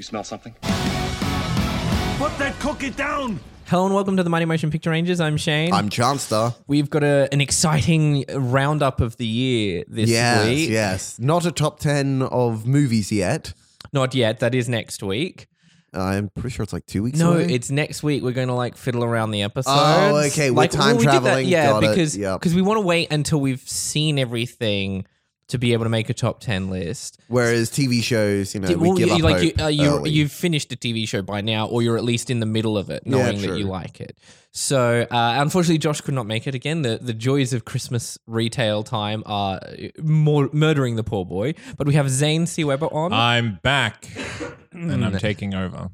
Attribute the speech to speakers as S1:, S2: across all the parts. S1: smell something?
S2: Put that cookie down!
S3: Hello and welcome to the Mighty Motion Picture Rangers. I'm Shane.
S4: I'm Chanster.
S3: We've got a, an exciting roundup of the year this
S4: Yes,
S3: week.
S4: yes. Not a top 10 of movies yet.
S3: Not yet. That is next week.
S4: I'm pretty sure it's like two weeks
S3: No,
S4: away.
S3: it's next week. We're going to like fiddle around the episodes.
S4: Oh, okay, we're
S3: Like,
S4: time
S3: we did that-
S4: traveling.
S3: Yeah,
S4: Got it.
S3: because
S4: Yep.
S3: because we want to wait until we've seen everything to be able to make a top ten list.
S4: Whereas TV shows, you know,
S3: Did-
S4: we
S3: well,
S4: give
S3: you,
S4: up
S3: like
S4: hope
S3: you, uh, you,
S4: early.
S3: you've finished a TV show by now, or you're at least in the middle of it, knowing that
S4: true.
S3: you like it. So, uh, unfortunately, Josh could not make it again. The the joys of Christmas retail time are uh, more murdering the poor boy. But we have Zane C Weber on.
S4: Uh,
S5: I'm back and
S4: Mm.
S5: I'm taking over.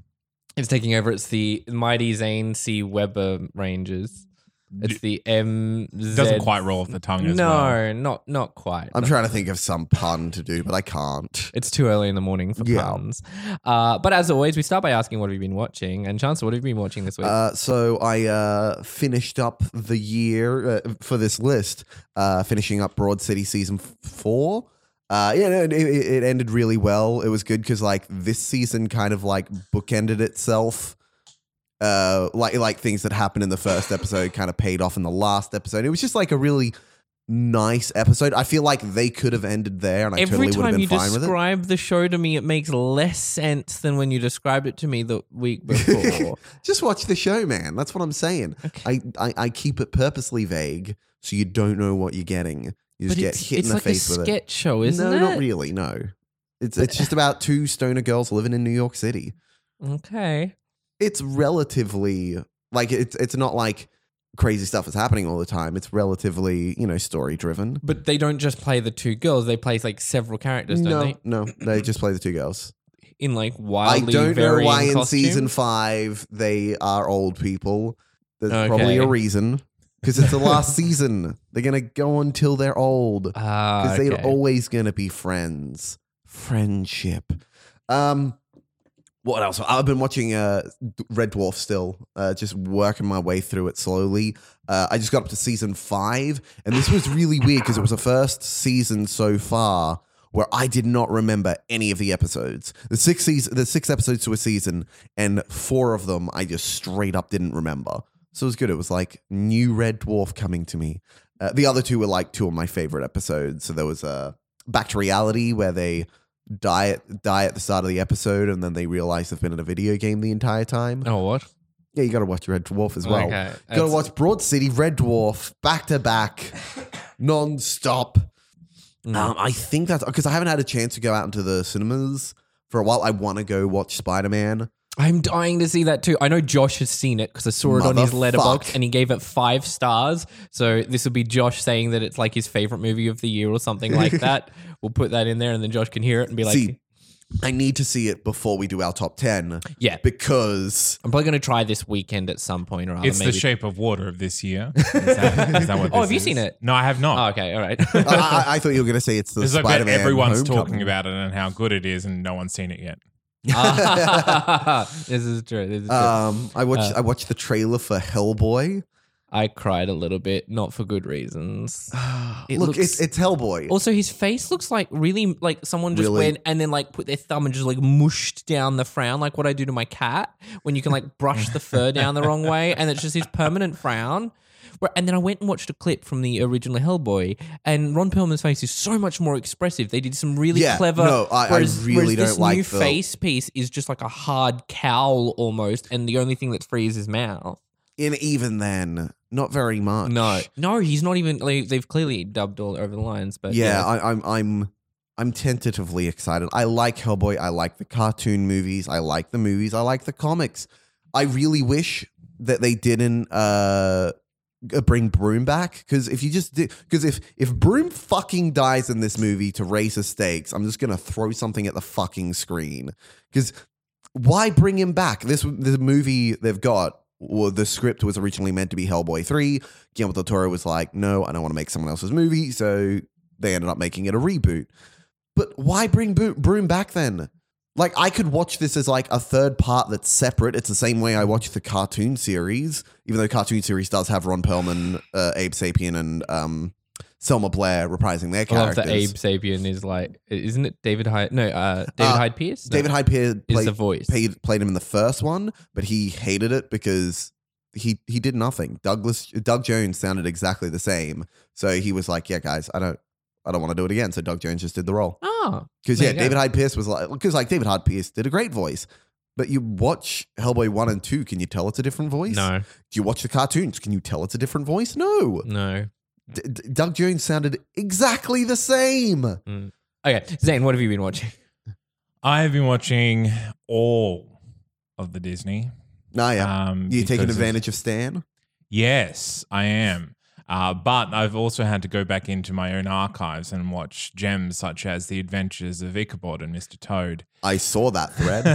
S3: it's taking over. It's the mighty Zane C Weber Rangers. It's the M.
S5: It doesn't quite roll off the tongue as
S3: No,
S5: well.
S3: not not quite.
S4: I'm trying to think of some pun to do, but I can't.
S3: It's too early in the morning for
S4: Yeah.
S3: puns. Uh, but as always, we start by asking what have you been watching, and Chancellor, what have you been watching this week?
S4: Uh, so I uh, finished up the year uh, for this list, uh, finishing up Broad City season f- four. Uh, yeah, no, it, it it ended really well. It was good because like this season kind of like bookended itself. Uh, like like things that happened in the first episode kind of paid off in the last episode. It was just like a really nice episode. I feel like they could have ended there, and I
S3: Every
S4: totally would have
S3: time
S4: been
S3: you
S4: fine with it.
S3: describe the show to me, it makes less sense than when you described it to me the week before.
S4: Just watch the show, man. That's what I'm saying.
S3: Okay.
S4: I, I, I keep it purposely vague so you don't know what you're getting. You just
S3: but
S4: get
S3: it's,
S4: hit
S3: it's
S4: in the
S3: like
S4: face
S3: a
S4: with
S3: sketch show,
S4: it.
S3: isn't
S4: no,
S3: it?
S4: not really. No. It's, it's just about two stoner girls living in New York City.
S3: Okay.
S4: It's relatively like it's it's not like crazy stuff is happening all the time. It's relatively, you know, story driven.
S3: But they don't just play the two girls; they play like several characters, don't
S4: No,
S3: they?
S4: no, they just play the two girls.
S3: In like
S4: I
S3: wildly
S4: don't know
S3: varying
S4: why in
S3: costume.
S4: season five they are old people. There's probably
S3: Okay.
S4: a reason because it's the last season. They're gonna go until they're old
S3: Ah,
S4: because
S3: okay.
S4: they're always gonna be friends. Friendship. Um, what else? I've been watching uh Red Dwarf still, uh, just working my way through it slowly. Uh, I just got up to season five, and this was really weird because it was the first season so far where I did not remember any of the episodes. The six season, the six episodes to a season, and four of them I just straight up didn't remember. So it was good. It was like new Red Dwarf coming to me. Uh, the other two were like two of my favorite episodes. So there was uh, Back to Reality where they die at, die at the start of the episode and then they realize they've been in a video game the entire time.
S3: Oh, what?
S4: Yeah, you got to watch Red Dwarf as well.
S3: Okay.
S4: Got to
S3: It's-
S4: watch Broad City, Red Dwarf, back to back, non stop.
S3: Mm.
S4: Um, I think that's because I haven't had a chance to go out into the cinemas for a while. I want to go watch Spider Man.
S3: I'm dying to see that too. I know Josh has seen it because I saw it on his
S4: Motherfuck.
S3: letterbox and he gave it five stars. So this would be Josh saying that it's like his favorite movie of the year or something like that. We'll put that in there and then Josh can hear it and be like,
S4: See, I need to see it before we do our top 10
S3: yeah,
S4: because
S3: I'm probably going to try this weekend at some point or other.
S5: It's
S3: maybe.
S5: the shape of water of this year. Is that, is that what this
S3: Oh, have you
S5: is?
S3: seen it?
S5: No, I have not.
S3: Oh, okay. All right.
S4: I, I, I thought you were going to say it's the
S5: Because I
S4: Spider
S5: bet
S4: Man.
S5: everyone's talking about it and how good it is, and no one's seen it yet.
S3: this is true. This is true.
S4: Um, I watched
S3: Uh,
S4: I watched the trailer for Hellboy.
S3: I cried a little bit, not for good reasons.
S4: Uh,
S3: It
S4: Look,
S3: looks-
S4: it's, it's Hellboy.
S3: Also, his face looks like really like someone just
S4: Really?
S3: went and then like put their thumb and just like mushed down the frown, like what I do to my cat when you can like brush the fur down the wrong way, and it's just his permanent frown. Where- And then I went and watched a clip from the original Hellboy, and Ron Perlman's face is so much more expressive. They did some really
S4: Yeah,
S3: clever.
S4: no, I- I really
S3: whereas
S4: don't
S3: this
S4: like
S3: new
S4: the-
S3: face piece is just like a hard cowl almost, and the only thing that's free is his mouth.
S4: and even then, not very much.
S3: No, no, he's not even. Like, they've clearly dubbed all over the lines, but
S4: yeah, I, I'm I'm I'm tentatively excited. I like Hellboy. I like the cartoon movies. I like the movies. I like the comics. I really wish that they didn't uh g- bring Broom back because if you just did because if if Broom fucking dies in this movie to raise the stakes, I'm just gonna throw something at the fucking screen because why bring him back? This the movie they've got. Well, the script was originally meant to be Hellboy three. Guillermo del Toro was like, "No, I don't want to make someone else's movie," so they ended up making it a reboot. But why bring Bo- Broom back then? Like, I could watch this as like a third part that's separate. It's the same way I watch the cartoon series, even though cartoon series does have Ron Perlman, uh, Abe Sapien, and um, Selma Blair reprising their
S3: I love
S4: characters.
S3: that Abe Sabian is like, isn't it David Hyde? No, uh, David
S4: Uh,
S3: Hyde Pierce. No.
S4: David Hyde Pierce
S3: is the
S4: played,
S3: voice.
S4: played, played him in the first one, but he hated it because he he did nothing. Douglas Doug Jones sounded exactly the same, so he was like, "Yeah, guys, I don't." I don't want to do it again. So Doug Jones just did the role.
S3: Oh,
S4: Because
S3: There
S4: yeah,
S3: you go.
S4: David Hyde Pierce was like, because like David Hyde Pierce did a great voice, but you watch Hellboy one and two, can you tell it's a different voice?
S3: no,
S4: Do you watch the cartoons? Can you tell it's a different voice? No.
S3: no.
S4: D- D- Doug Jones sounded exactly the same.
S3: Okay, Zane, what have you been watching?
S5: I've been watching all of the Disney.
S4: Nah,
S3: Ah,
S4: yeah.
S5: Um,
S4: You're taking
S5: because of-
S4: advantage of Stan.
S5: Yes, I am. Uh, but I've also had to go back into my own archives and watch gems such as The Adventures of Ichabod and Mr. Toad.
S4: I saw that thread.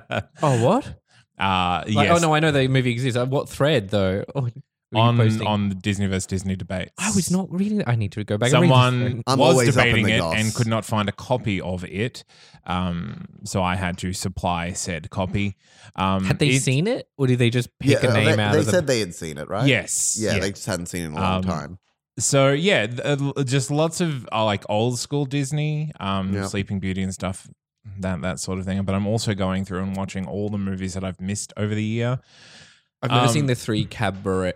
S5: uh,
S3: Oh, what? Like,
S5: yes,
S3: Oh no, I know the movie exists. Uh, What thread though? Oh, were you
S5: on,
S3: posting?
S5: on the Disney vs. Disney debates.
S3: I was not reading. it. I need to go back. and read this
S5: Someone
S3: thing.
S4: I'm
S5: was
S4: always up in
S5: debating
S4: the
S5: it
S4: goss.
S5: and could not find a copy of it, um, so I had to supply said copy. Um,
S3: had they
S5: it-
S3: seen it, or did they just pick
S4: uh,
S3: a name
S4: they,
S3: out
S4: they
S3: of the-
S4: said they had seen it, right?
S5: Yes.
S4: Yeah, they just hadn't seen it in a long
S5: Um,
S4: time.
S5: so yeah, th- uh, l- just lots of uh, like old school Disney, um,
S4: Yeah.
S5: Sleeping Beauty and stuff, that that sort of thing. But I'm also going through and watching all the movies that I've missed over the year.
S3: I've never
S5: um,
S3: seen the three cabaret,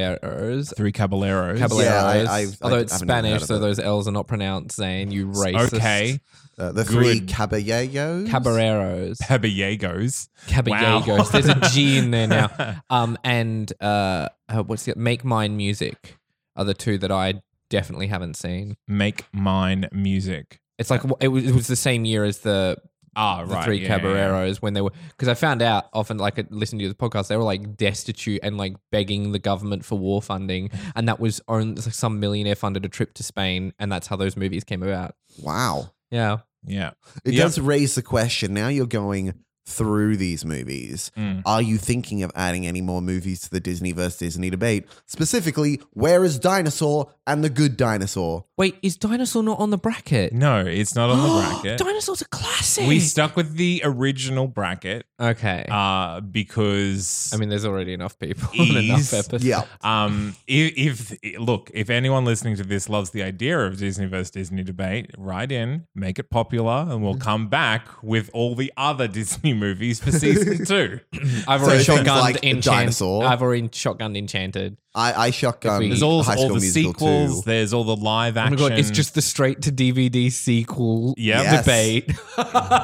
S3: caballeros.
S5: Three Caballeros.
S3: Caballeros.
S4: I- I've- I
S3: Although it's
S4: haven't even heard
S3: Spanish,
S4: of
S3: so
S4: it.
S3: those L's are not pronounced. Zane, you racist.
S5: Okay,
S4: Uh, the three
S5: good.
S4: caballeros.
S3: Caballeros.
S5: Caballegos.
S3: Caballegos.
S5: Wow.
S3: There's a G in there now. Um, and uh, uh, what's the Make Mine Music are the two that I definitely haven't seen.
S5: Make mine music.
S3: It's like it was, it was the same year as the
S5: Ah,
S3: the
S5: right.
S3: three
S5: yeah, yeah, yeah.
S3: Caballeros when they were because I found out often like I listened to the podcast they were like destitute and like begging the government for war funding and that was on it's like some millionaire funded a trip to Spain and that's how those movies came about.
S4: Wow.
S3: Yeah,
S5: Yeah.
S4: It
S5: Yep.
S4: does raise the question. Now you're going through these movies.
S5: Mm.
S4: Are you thinking of adding any more movies to the Disney versus Disney debate? Specifically, where is Dinosaur and the Good Dinosaur?
S3: wait, is Dinosaur not on the bracket?
S5: No, it's not on the bracket.
S3: Dinosaur's a classic.
S5: We stuck with the original bracket
S3: okay.
S5: uh, because
S3: I mean, there's already enough people and enough
S5: Ease.
S3: episodes.
S4: Yeah.
S5: um, if, if look, if anyone listening to this loves the idea of Disney versus Disney debate, write in, make it popular, and
S4: Mm-hmm.
S5: we'll come back with all the other Disney movies for season two.
S3: I've
S4: So
S3: already
S4: Sean's
S3: shotgunned
S4: like a
S3: Enchant-
S4: dinosaur.
S3: I've already shotgunned Enchanted.
S4: I, I shotgun
S3: If we-
S5: There's all,
S4: High School
S5: all the
S4: Musical
S5: sequels.
S4: 2.
S5: There's all the live action.
S3: Oh my god, it's just the straight to DVD sequel
S5: Yep.
S3: debate.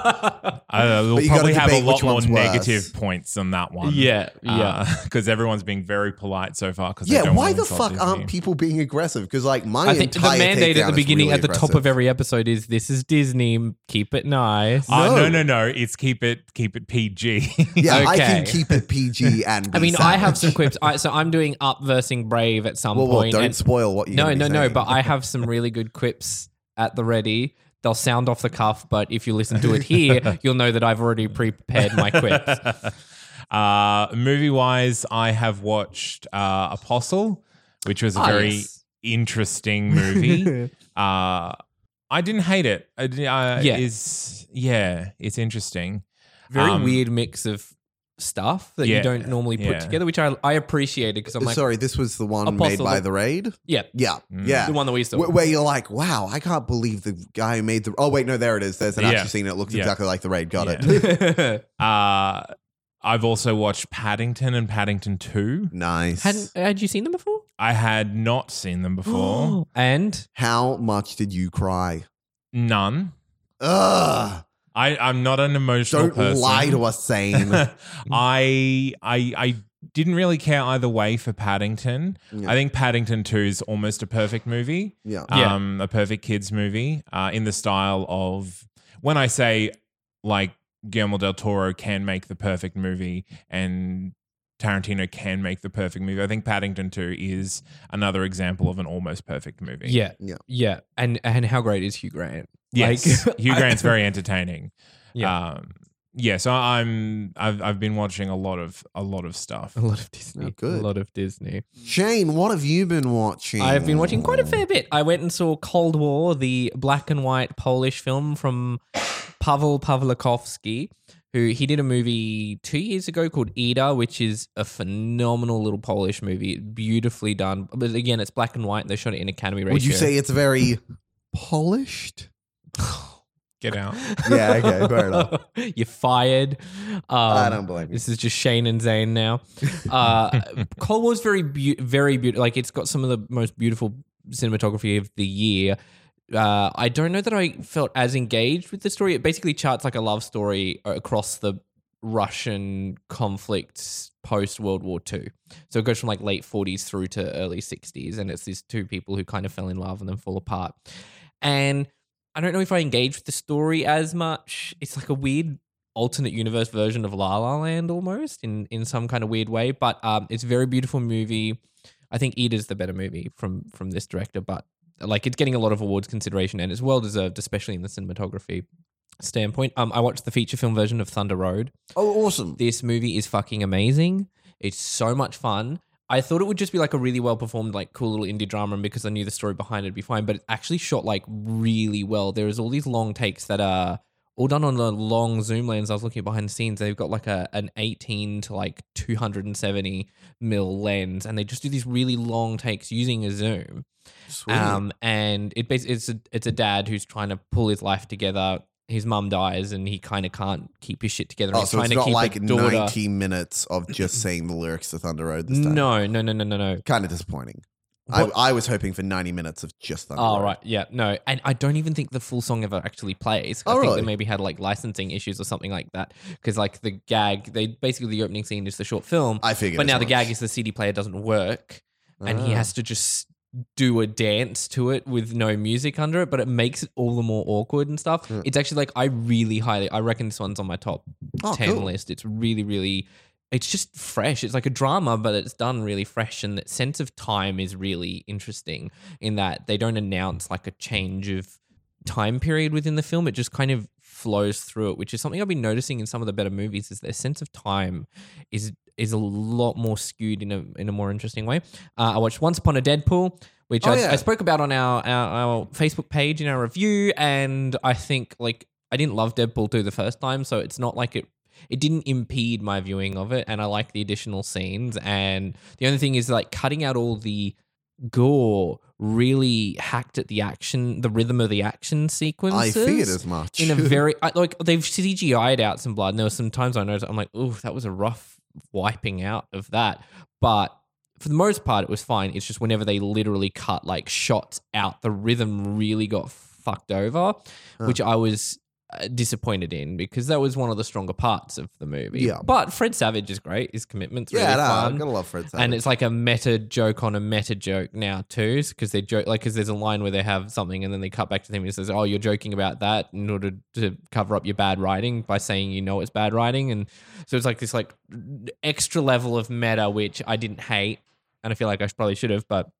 S5: Uh,
S4: But
S5: we'll
S4: you gotta
S5: probably have a
S4: debate
S5: lot
S4: which
S5: more
S4: one's worse.
S5: negative points on that one.
S3: yeah, yeah.
S5: because everyone's being very polite so far. Because
S4: Yeah, why the fuck aren't people being aggressive? Because like my
S3: I think the
S4: entire
S3: mandate
S4: takedown
S3: at the
S4: is
S3: beginning,
S4: really
S3: at the top
S4: aggressive.
S3: of every episode, is this is Disney. Keep it nice.
S5: Uh,
S4: No.
S5: no, no, no. It's keep it keep it PG.
S4: Yeah, I can
S3: Okay.
S4: keep it PG and.
S3: I
S4: be
S3: mean, I have
S4: savage.
S3: some quips. I, so I'm doing up versing brave at some
S4: Well, well,
S3: point.
S4: don't
S3: and-
S4: spoil what you.
S3: no, no, no. But I have some really good quips at the ready. They'll sound off the cuff, but if you listen to it here, you'll know that I've already prepared my quips.
S5: uh, movie wise, I have watched uh, Apostle, which was a
S3: Ah,
S5: very
S3: yes.
S5: interesting movie. uh, I didn't hate it. I, di- I,
S3: Yeah.
S5: Is, yeah, it's interesting.
S3: Very
S5: Um,
S3: weird mix of stuff that you
S5: Yeah,
S3: don't normally put
S5: yeah.
S3: together, which I I appreciated because I'm like,
S4: Uh, Sorry, this was the one made
S3: Apostle-
S4: by the raid.
S3: yeah,
S4: Yeah,
S5: Mm.
S4: yeah.
S3: the one that we saw.
S4: Where, where you're like, wow, I can't believe the guy who made the. Oh wait, no, there it is. There's an
S5: Yeah.
S4: action scene. It looks
S5: Yeah.
S4: exactly like the raid. Got
S5: Yeah.
S4: it.
S5: Uh, I've also watched Paddington and Paddington 2.
S4: Nice.
S3: Hadn't had you seen them before?
S5: I had not seen them before.
S3: and
S4: How much did you cry?
S5: None.
S4: Ugh!
S5: I, I'm not an emotional
S4: Don't
S5: person.
S4: lie to us, Sane.
S5: I I I didn't really care either way for Paddington.
S4: Yeah.
S5: I think Paddington 2 is almost a perfect movie.
S4: yeah.
S3: Yeah.
S5: Um a perfect kids movie uh, in the style of when I say like Guillermo del Toro can make the perfect movie and Tarantino can make the perfect movie. I think Paddington 2 is another example of an almost perfect movie.
S3: yeah,
S4: Yeah.
S3: yeah, and and how great is Hugh Grant?
S5: Yes.
S3: Like-
S5: Hugh
S3: I-
S5: Grant's very entertaining.
S3: Yeah.
S5: Um, yeah, so I'm I've I've been watching a lot of a lot of stuff.
S3: A lot of Disney.
S4: Oh, good.
S3: A lot of Disney.
S4: Shane, what have you been watching?
S3: I've been watching quite a fair bit. I went and saw Cold War, the black and white Polish film from Pavel Pawlikowski, who he did a movie two years ago called Ida, which is a phenomenal little Polish movie, beautifully done. But again, it's black and white. And they shot it in Academy ratio.
S4: Would you say it's very polished?
S5: Get out.
S4: Yeah, okay, fair enough.
S3: You're fired. Um,
S4: I don't blame you.
S3: This is just Shane and Zane now. Uh, Cold War's very, beau- very beautiful. Like it's got some of the most beautiful cinematography of the year. Uh, I don't know that I felt as engaged with the story. It basically charts like a love story across the Russian conflicts post World War II. So it goes from like late 40s through to early 60s. And it's these two people who kind of fell in love and then fall apart. And I don't know if I engage with the story as much. It's like a weird alternate universe version of La La Land almost in, in some kind of weird way. But um, it's a very beautiful movie. I think Ida's the better movie from from this director, but like it's getting a lot of awards consideration and it's well deserved, especially in the cinematography standpoint. Um, I watched the feature film version of Thunder Road.
S4: Oh, awesome.
S3: This movie is fucking amazing. It's so much fun. I thought it would just be like a really well performed, like cool little indie drama, and because I knew the story behind it would be fine, but it actually shot like really well. There is all these long takes that are all done on a long zoom lens. I was looking at behind the scenes. They've got like a an 18 to like 270 mil lens, and they just do these really long takes using a zoom.
S4: Sweet.
S3: Um, and it basically it's a, it's a dad who's trying to pull his life together. His mum dies, and he kind of can't keep his shit together.
S4: oh,
S3: He's
S4: so
S3: trying
S4: it's
S3: to
S4: not
S3: keep a
S4: like
S3: daughter-
S4: 90 minutes of just saying the lyrics to Thunder Road this time.
S3: No, no, no, no, no, no.
S4: Kind of disappointing. I,
S3: What-
S4: I was hoping for 90 minutes of just Thunder
S3: Oh
S4: Road.
S3: right, yeah, no, and I don't even think the full song ever actually plays. I
S4: Oh,
S3: think
S4: really?
S3: they maybe had like licensing issues or something like that. Because like the gag, they basically the opening scene is the short film,
S4: I figured.
S3: but
S4: as
S3: now the
S4: much.
S3: gag is the CD player doesn't work, and he
S4: Ah.
S3: has to just do a dance to it with no music under it. But it makes it all the more awkward and stuff.
S4: Mm.
S3: It's actually like I really highly, I reckon this one's on my top
S4: Oh,
S3: ten
S4: cool.
S3: list. It's really, really, it's just fresh. It's like a drama, but it's done really fresh, and that sense of time is really interesting. In that they don't announce like a change of time period within the film; it just kind of flows through it, which is something I've been noticing in some of the better movies. Is their sense of time is is a lot more skewed in a in a more interesting way. Uh, I watched Once Upon a Deadpool. Which
S4: Oh,
S3: I,
S4: yeah.
S3: I spoke about on our, our our Facebook page in our review, and I think like I didn't love Deadpool 2 the first time, so it's not like it it didn't impede my viewing of it and I like the additional scenes and the only thing is like cutting out all the gore really hacked at the action the rhythm of the action
S4: I
S3: sequences
S4: figured as much.
S3: in a very I, like they've CGI'd out some blood and there were some times I noticed I'm like oh that was a rough wiping out of that but for the most part it was fine it's just whenever they literally cut like shots out the rhythm really got fucked over which I was uh, disappointed in because that was one of the stronger parts of the movie
S4: Yeah.
S3: but Fred Savage is great his commitment's really
S4: yeah, no,
S3: fun
S4: I gotta love Fred Savage.
S3: and it's like a meta joke on a meta joke now too, because they joke like because there's a line where they have something and then they cut back to them and it says, "Oh, you're joking about that in order to cover up your bad writing by saying you know it's bad writing," and so it's like this like extra level of meta which I didn't hate, and I feel like I probably should have, but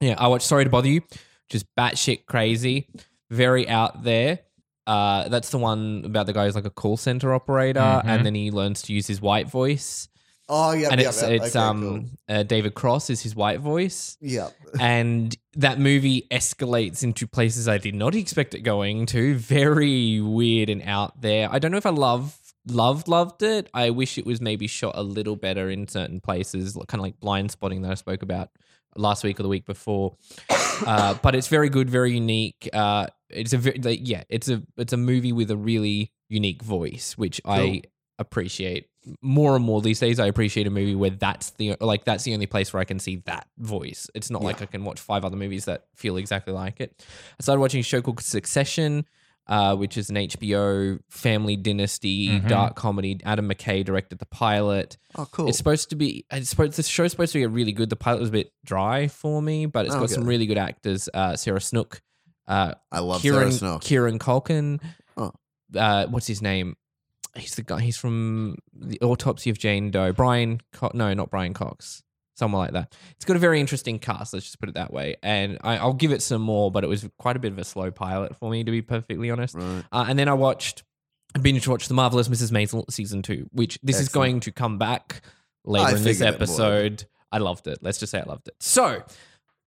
S3: yeah, I watched Sorry to Bother You, just batshit crazy, very out there. Uh, that's the one about the guy who's like a call center operator,
S5: Mhm.
S3: and then he learns to use his white voice
S4: oh yeah,
S3: and
S4: yeah,
S3: it's
S4: yeah.
S3: it's
S4: okay,
S3: um
S4: cool.
S3: uh, David Cross is his white voice,
S4: yeah.
S3: and that movie escalates into places I did not expect it going to. Very weird and out there. I don't know if I love loved loved it. I wish it was maybe shot a little better in certain places, kind of like blind spotting that I spoke about last week or the week before. uh, but it's very good, very unique. Uh, it's a very, like, yeah, it's a it's a movie with a really unique voice, which I appreciate more and more these days. I appreciate a movie where that's the like that's the only place where I can see that voice. It's not like I can watch five other movies that feel exactly like it. I started watching a show called Succession. Uh, which is an HBO family dynasty
S5: Mhm.
S3: dark comedy. Adam McKay directed the pilot.
S4: Oh cool.
S3: It's supposed to be. It's supposed. This show's supposed to be really good. The pilot was a bit dry for me, but it's
S4: Oh,
S3: got
S4: good.
S3: some really good actors. Uh, Sarah Snook, uh,
S4: I love
S3: Kieran
S4: Sarah Snook.
S3: Kieran Culkin.
S4: Oh.
S3: Uh, what's his name? He's the guy. He's from the Autopsy of Jane Doe. Brian. Co- no, not Brian Cox. Someone like that. It's got a very interesting cast. Let's just put it that way. And I, I'll give it some more, but it was quite a bit of a slow pilot for me, to be perfectly honest.
S4: Right.
S3: Uh, and then I watched, binge watched The Marvelous Mrs. Maisel season two, which this is
S4: Excellent.
S3: going to come back later
S4: I
S3: in this
S4: figured it would.
S3: episode. I loved it. Let's just say I loved it. So,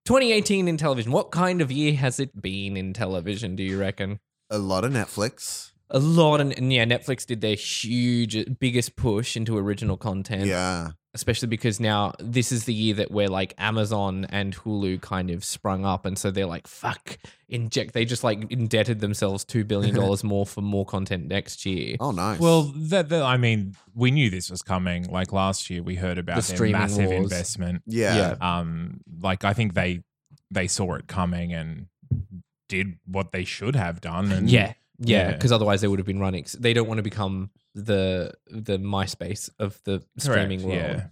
S3: 2018 in television. What kind of year has it been in television, do you reckon?
S4: A lot of Netflix.
S3: a lot, and, and yeah, Netflix did their huge, biggest push into original content.
S4: Yeah.
S3: especially because now this is the year that we're like Amazon and Hulu kind of sprung up, and so they're like, "Fuck, inject." They just like indebted themselves two billion dollars more for more content next year.
S4: Oh, nice.
S5: Well, that, that- I mean, we knew this was coming. Like last year, we heard about
S3: The
S5: their
S3: streaming
S5: massive
S3: wars.
S5: investment.
S4: yeah.
S3: yeah.
S5: Um, like I think they they saw it coming and did what they should have done. And
S3: Yeah, yeah,
S5: Yeah.
S3: because otherwise they would have been running. They don't want to become the the MySpace of the
S5: correct,
S3: streaming world.
S5: Yeah.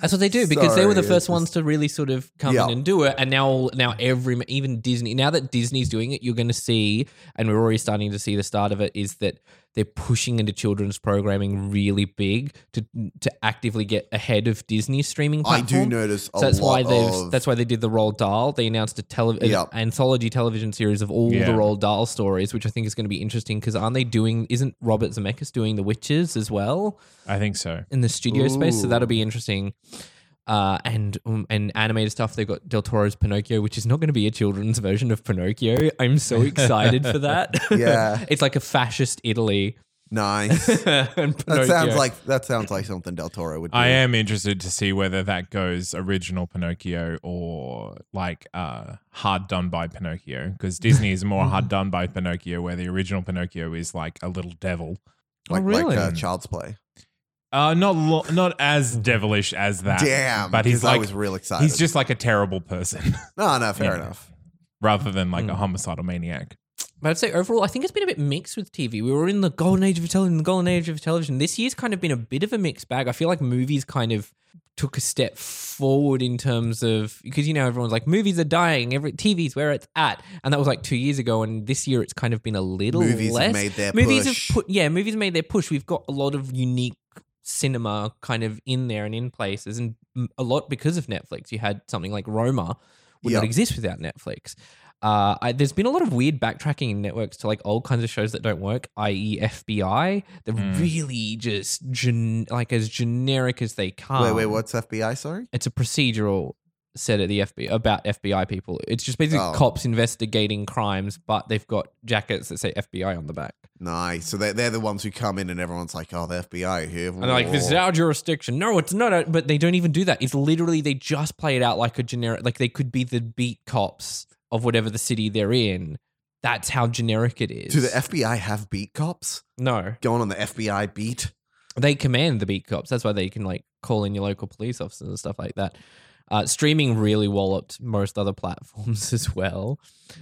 S3: That's what they do because they were the
S4: Sorry,
S3: first
S4: it's
S3: ones to really sort of come
S4: Yeah.
S3: in and do it, and now now every even Disney now that Disney's doing it, you're going to see, and we're already starting to see the start of it is that they're pushing into children's programming really big to to actively get ahead of Disney's streaming
S4: I
S3: platform.
S4: do notice a
S3: So that's why
S4: lot
S3: they've
S4: of
S3: that's why they did the Roald Dahl. They announced a tele- an
S4: Yeah.
S3: anthology television series of all
S5: Yeah.
S3: the Roald Dahl stories, which I think is going to be interesting because aren't they doing? Isn't Robert Zemeckis doing The Witches as well
S5: I think so.
S3: in the studio space? So
S4: Ooh.
S3: that'll be interesting. Uh, and um, and animated stuff. They've got Del Toro's Pinocchio, which is not going to be a children's version of Pinocchio. I'm so excited for that.
S4: Yeah.
S3: it's like a fascist Italy.
S4: nice.
S3: and
S4: That
S3: Pinocchio.
S4: sounds like that sounds like something Del Toro would do.
S5: I am interested to see whether that goes original Pinocchio or like uh, hard done by Pinocchio because Disney is more
S3: Mm-hmm.
S5: hard done by Pinocchio, where the original Pinocchio is like a little devil.
S3: Oh,
S4: like
S3: really?
S4: like uh, child's play.
S5: Uh, not lo- not as devilish as that.
S4: Damn.
S5: but he's
S4: 'cause I
S5: like
S4: was real excited.
S5: he's just like a terrible person
S4: No, no, fair
S5: Yeah.
S4: enough.
S5: rather than like a
S3: Mm.
S5: homicidal maniac.
S3: But I'd say overall, I think it's been a bit mixed with TV. We were in the golden age of television. The golden age of television. This year's kind of been a bit of a mixed bag. I feel like movies kind of took a step forward in terms of because you know everyone's like movies are dying. Every TV's where it's at, and that was like two years ago. And this year, it's kind of been a little
S4: Movies
S3: less.
S4: have made their
S3: movies
S4: push.
S3: have put yeah, movies have made their push. We've got a lot of unique cinema kind of in there and in places, and m- a lot because of Netflix. You had something like Roma would
S4: Yeah.
S3: not exist without Netflix. Uh, I, there's been a lot of weird backtracking in networks to like old kinds of shows that don't work, e i.e., FBI. They're
S4: Hmm.
S5: Mm.
S3: really just gen- like as generic as they come.
S4: wait, wait, what's FBI? Sorry.
S3: It's a procedural set at the FBI about FBI people. It's just basically
S4: Oh.
S3: cops investigating crimes, but they've got jackets that say FBI on the back.
S4: Nice. So they're, they're the ones who come in and everyone's like, oh, the FBI here.
S3: And they're like, this is our jurisdiction. No, it's not. our- But they don't even do that. It's literally, they just play it out like a generic, like they could be the beat cops of whatever the city they're in. That's how generic it is.
S4: Do the FBI have beat cops?
S3: no,
S4: Going on the FBI beat?
S3: they command the beat cops. That's why they can like call in your local police officers and stuff like that. Uh, streaming really walloped most other platforms as well.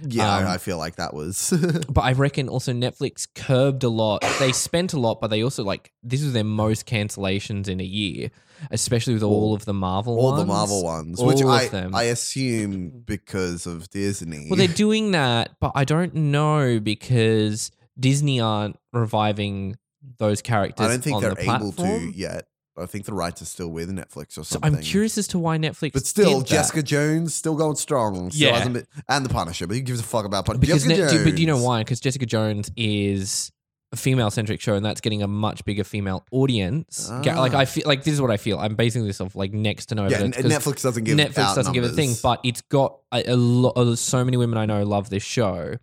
S4: Yeah,
S3: Um,
S4: I- I feel like that was.
S3: But I reckon also Netflix curbed a lot. They spent a lot, but they also like this was their most cancellations in a year, especially with all of the Marvel
S4: all
S3: ones.
S4: the Marvel ones, which
S3: All of
S4: I,
S3: them.
S4: I assume because of Disney.
S3: Well, they're doing that, but I don't know because Disney aren't reviving those characters.
S4: I don't think
S3: on
S4: they're
S3: the
S4: able
S3: platform.
S4: to yet. I think the rights are still with Netflix
S3: So
S4: or something.
S3: I'm curious as to why Netflix.
S4: But still,
S3: did that.
S4: Jessica Jones still going strong. Still
S3: Yeah.
S4: hasn't been, and the Punisher. But who gives a fuck about Punisher?
S3: because
S4: Jessica
S3: Net-
S4: Jones.
S3: do, but do you know why? Because Jessica Jones is a female centric show, and that's getting a much bigger female audience. Ga- Like
S4: Ah.
S3: I feel like this is what I feel. I'm basing this off like next to no
S4: Yeah, N-
S3: evidence. 'cause
S4: Netflix doesn't give.
S3: Netflix
S4: out
S3: doesn't give a thing,
S4: numbers.
S3: but it's got a, a lot. So many women I know love this show,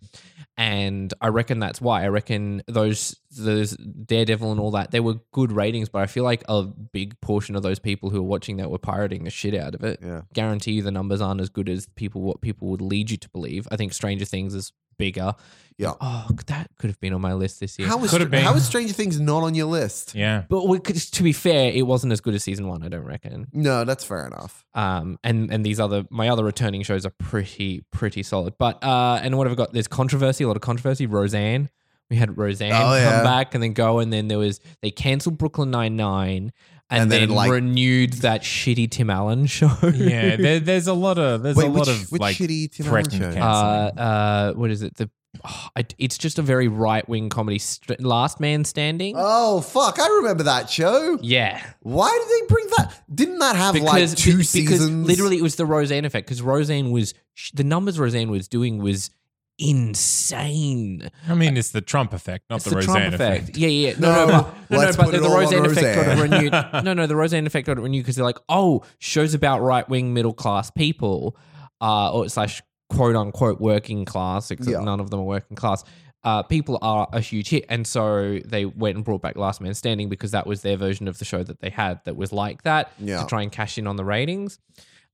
S3: and I reckon that's why. I reckon those those Daredevil and all that they were good ratings, but I feel like a big portion of those people who are watching that were pirating the shit out of it.
S4: yeah,
S3: Guarantee you the numbers aren't as good as people what people would lead you to believe. I think Stranger Things is bigger.
S4: Yeah.
S3: Oh, that could have been on my list this year.
S4: how was
S5: Could've been.
S4: how is Stranger Things not on your list?
S5: Yeah.
S3: but we could, to be fair, it wasn't as good as season one. I don't reckon.
S4: No, that's fair enough.
S3: um and and these other my other returning shows are pretty pretty solid but uh and what have i got there's controversy a lot of controversy roseanne we had roseanne
S4: Oh, yeah.
S3: come back and then go and then there was they cancelled brooklyn 9-9 and,
S4: And then,
S3: then,
S4: like-
S3: renewed that shitty tim allen show
S5: Yeah. There, there's a lot of there's
S4: Wait,
S5: a
S4: which,
S5: lot of
S4: which
S5: like
S4: shitty Tim Allen
S5: threatened
S4: show?
S5: cast.
S3: uh uh what is it the oh, I, it's just a very right-wing comedy st- last man standing
S4: Oh fuck! I remember that show.
S3: yeah
S4: Why did they bring that? Didn't that have like two
S3: be-
S4: seasons?
S3: literally, it was the Roseanne effect because Roseanne was sh- the numbers Roseanne was doing was insane.
S5: I mean, it's the Trump effect, not
S3: It's
S5: the,
S3: the,
S5: Roseanne
S3: Trump effect.
S5: effect.
S3: Yeah, yeah. yeah. No, no,
S4: No,
S3: but, no, no,
S4: let's
S3: but
S4: put
S3: the,
S4: it all on
S3: Roseanne effect got it
S4: Roseanne.
S3: renewed. no, no, the Roseanne effect got it renewed because they're like, oh, shows about right wing middle class people, uh, or slash quote unquote working class, except
S4: Yeah.
S3: none of them are working class. uh, people are a huge hit. And so they went and brought back Last Man Standing because that was their version of the show that they had that was like that
S4: Yeah.
S3: to try and cash in on the ratings.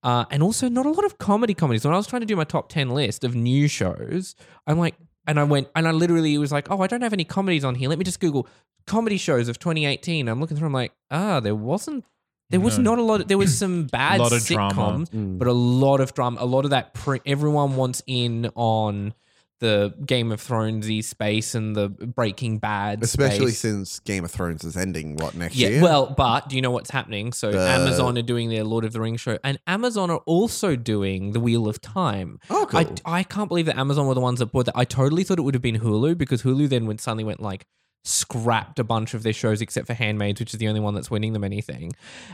S3: Uh, and also, not a lot of comedy comedies. When I was trying to do my top 10 list of new shows, I'm like, and I went, and I literally was like, oh, I don't have any comedies on here. Let me just Google comedy shows of 2018. I'm looking through, I'm like, ah, there wasn't, there was
S5: No.
S3: not a lot, there was some bad
S5: Lot of
S3: sitcoms,
S5: drama.
S4: Mm.
S3: but a lot of drama. A lot of that, pre- everyone wants in on the Game of Thronesy space and the Breaking Bad
S4: Especially
S3: space.
S4: since Game of Thrones is ending, what, next
S3: Yeah,
S4: year?
S3: well, but do you know what's happening? So
S4: The-
S3: Amazon are doing their Lord of the Rings show, and Amazon are also doing the Wheel of Time.
S4: oh, cool.
S3: I, I can't believe that Amazon were the ones that bought that. I totally thought it would have been Hulu because Hulu then went suddenly went like scrapped a bunch of their shows except for Handmaids, which is the only one that's winning them anything.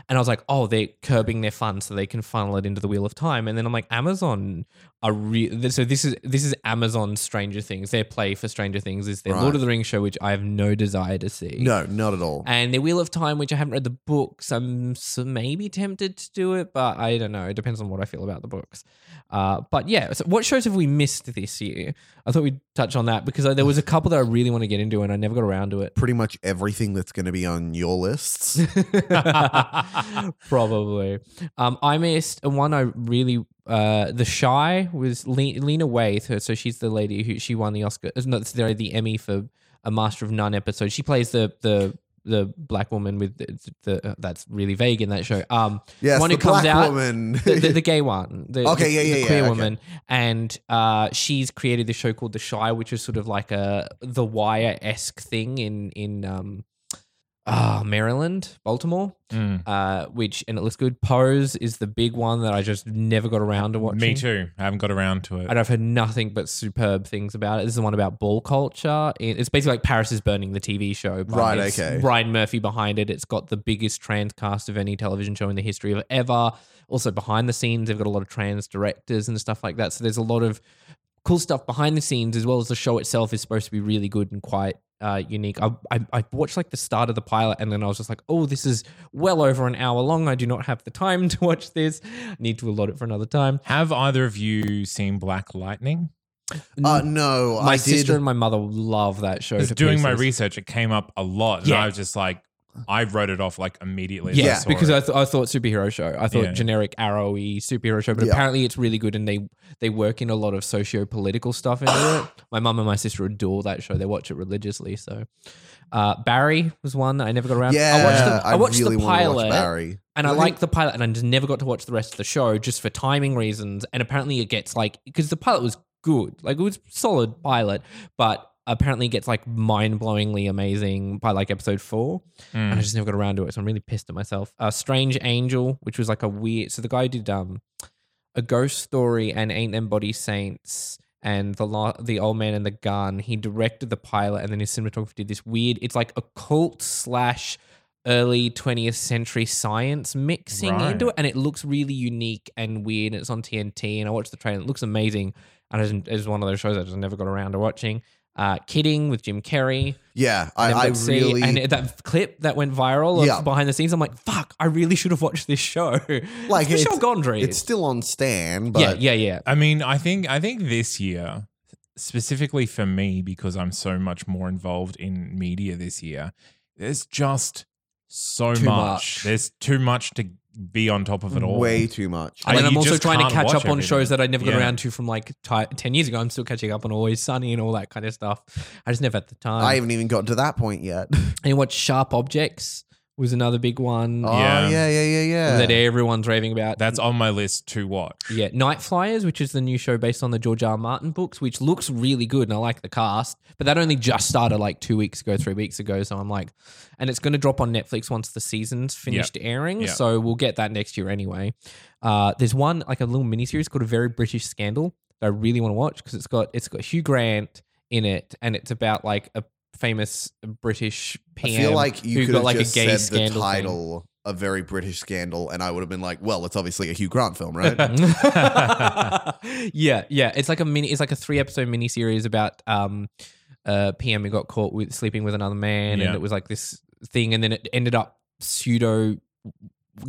S3: And I was like, oh, they're curbing their funds so they can funnel it into the Wheel of Time. And then I'm like, Amazon are real. So this is this is Amazon's Stranger Things. Their play for Stranger Things is their
S4: Right.
S3: Lord of the Rings show, which I have no desire to see.
S4: no, not at all.
S3: And The Wheel of Time, which I haven't read the books, I'm s maybe tempted to do it, but I don't know. It depends on what I feel about the books. Uh, but yeah, so what shows have we missed this year? I thought we'd touch on that because I, there was a couple that I really want to get into and I never got around to it.
S4: Pretty much everything that's going to be on your lists.
S3: Probably. Um, I missed one I really. Uh, the shy was Le- Lena Waithe, her- so she's the lady who she won the Oscar, uh, no, sorry, the Emmy for a Master of None episode. She plays the the the black woman with the, the uh, that's really vague in that show. Um,
S4: Yes,
S3: one
S4: the
S3: who comes
S4: black
S3: out-
S4: woman.
S3: the, the, the gay one, the,
S4: Okay,
S3: the-
S4: yeah,
S3: the
S4: yeah,
S3: queer
S4: yeah, okay.
S3: woman, and uh, she's created this show called The Shy, which is sort of like a The Wire esque thing in in um, ah Maryland, Baltimore
S5: Mm.
S3: uh, which and it looks good. Pose is the big one that I just never got around to watching.
S5: Me too. I haven't got around to it.
S3: And I've heard nothing but superb things about it. This is the one about ball culture. It- It's basically like Paris is Burning, the TV show. But
S4: Right,
S3: it's
S4: okay.
S3: Ryan Murphy behind it. It's got the biggest trans cast of any television show in the history of ever. Also, behind the scenes, they've got a lot of trans directors and stuff like that. So there's a lot of cool stuff behind the scenes, as well as the show itself is supposed to be really good and quite uh, unique. I, I, I watched like the start of the pilot, and then I was just like, oh, this is well over an hour long. I do not have the time to watch this. Need to allot it for another time.
S5: Have either of you seen Black Lightning?
S4: uh, no,
S3: mm, my
S4: I
S3: sister
S4: did.
S3: and my mother love that show.
S5: Because
S3: to
S5: doing my
S3: pieces.
S5: research, it came up a lot, and
S3: Yeah.
S5: I was just like, I wrote it off like immediately. as I
S3: Yeah,
S5: saw
S3: because
S5: it.
S3: I, th- I thought superhero show. I thought
S5: Yeah.
S3: generic arrowy superhero show, but
S4: Yeah.
S3: apparently it's really good and they they work in a lot of socio political stuff into it. My mum and my sister adore that show. They watch it religiously. So uh, Barry was one that I never got around. to.
S4: yeah,
S3: I watched the, I watched
S4: really
S3: the
S4: wanna
S3: pilot
S4: Watch Barry.
S3: and I,
S4: I think-
S3: liked the pilot and I just never got to watch the rest of the show just for timing reasons. And apparently it gets like because the pilot was good, like it was solid pilot, but apparently it gets like mind blowingly amazing by like episode four
S5: Mm.
S3: and I just never got around to it. So I'm really pissed at myself. Uh, Strange Angel, which was like a weird. So the guy did um, a ghost story and Ain't Them Body Saints and the lo- the old man and the gun. He directed the pilot and then his cinematographer did this weird. It's like a cult slash early 20th century science mixing
S5: Right.
S3: into it, and it looks really unique and weird. And it's on TNT, and I watched the trailer. It looks amazing. And it's- it's one of those shows I just never got around to watching. Uh, Kidding with Jim Carrey.
S4: Yeah, I, I
S3: Netflix see,
S4: really
S3: and that clip that went viral of
S4: Yeah.
S3: behind the scenes. I'm like, fuck, I really should have watched this show. Like
S4: Like,
S3: Michelle
S4: it's-
S3: Gondry.
S4: It's still on Stan,
S3: yeah,
S4: but
S3: yeah, yeah.
S5: I mean, I think I think this year, specifically for me, because I'm so much more involved in media this year, there's just so
S3: Too
S5: much.
S3: much.
S5: There's too much to be on top of it all.
S4: way too much.
S5: I-
S3: And then
S5: you
S3: I'm also
S5: just
S3: trying to
S5: can't
S3: catch
S5: watch
S3: up on
S5: everything.
S3: shows that I never got
S5: Yeah.
S3: around to from like ti 10 years ago. I'm still catching up on Always Sunny and all that kind of stuff. I just never had the time.
S4: I haven't even gotten to that point yet.
S3: and you watch Sharp Objects was another big one
S4: Oh yeah, yeah, yeah, yeah.
S3: that everyone's raving about.
S5: That's on my list to watch.
S3: Yeah, Night Flyers, which is the new show based on the George R. R. Martin books, which looks really good, and I like the cast. But that only just started like two weeks ago, three weeks ago. So I'm like, and it's going to drop on Netflix once the season's finished airing.
S5: Yeah.
S3: So we'll get that next year anyway. Uh, there's one like a little mini series called A Very British Scandal that I really want to watch because it's got it's got Hugh Grant in it, and it's about like a famous British
S4: I
S3: PM.
S4: feel like
S3: who
S4: you could
S3: got
S4: have
S3: like a
S4: just
S3: gay
S4: said the
S3: scandal thing.
S4: title, "A Very British Scandal," and I would have been like, "Well, it's obviously a Hugh Grant film, right?"
S3: yeah, yeah. It's like a mini. It's like a three episode mini series about um, uh, PM who got caught with sleeping with another man,
S5: Yeah.
S3: and it was like this thing, and then it ended up pseudo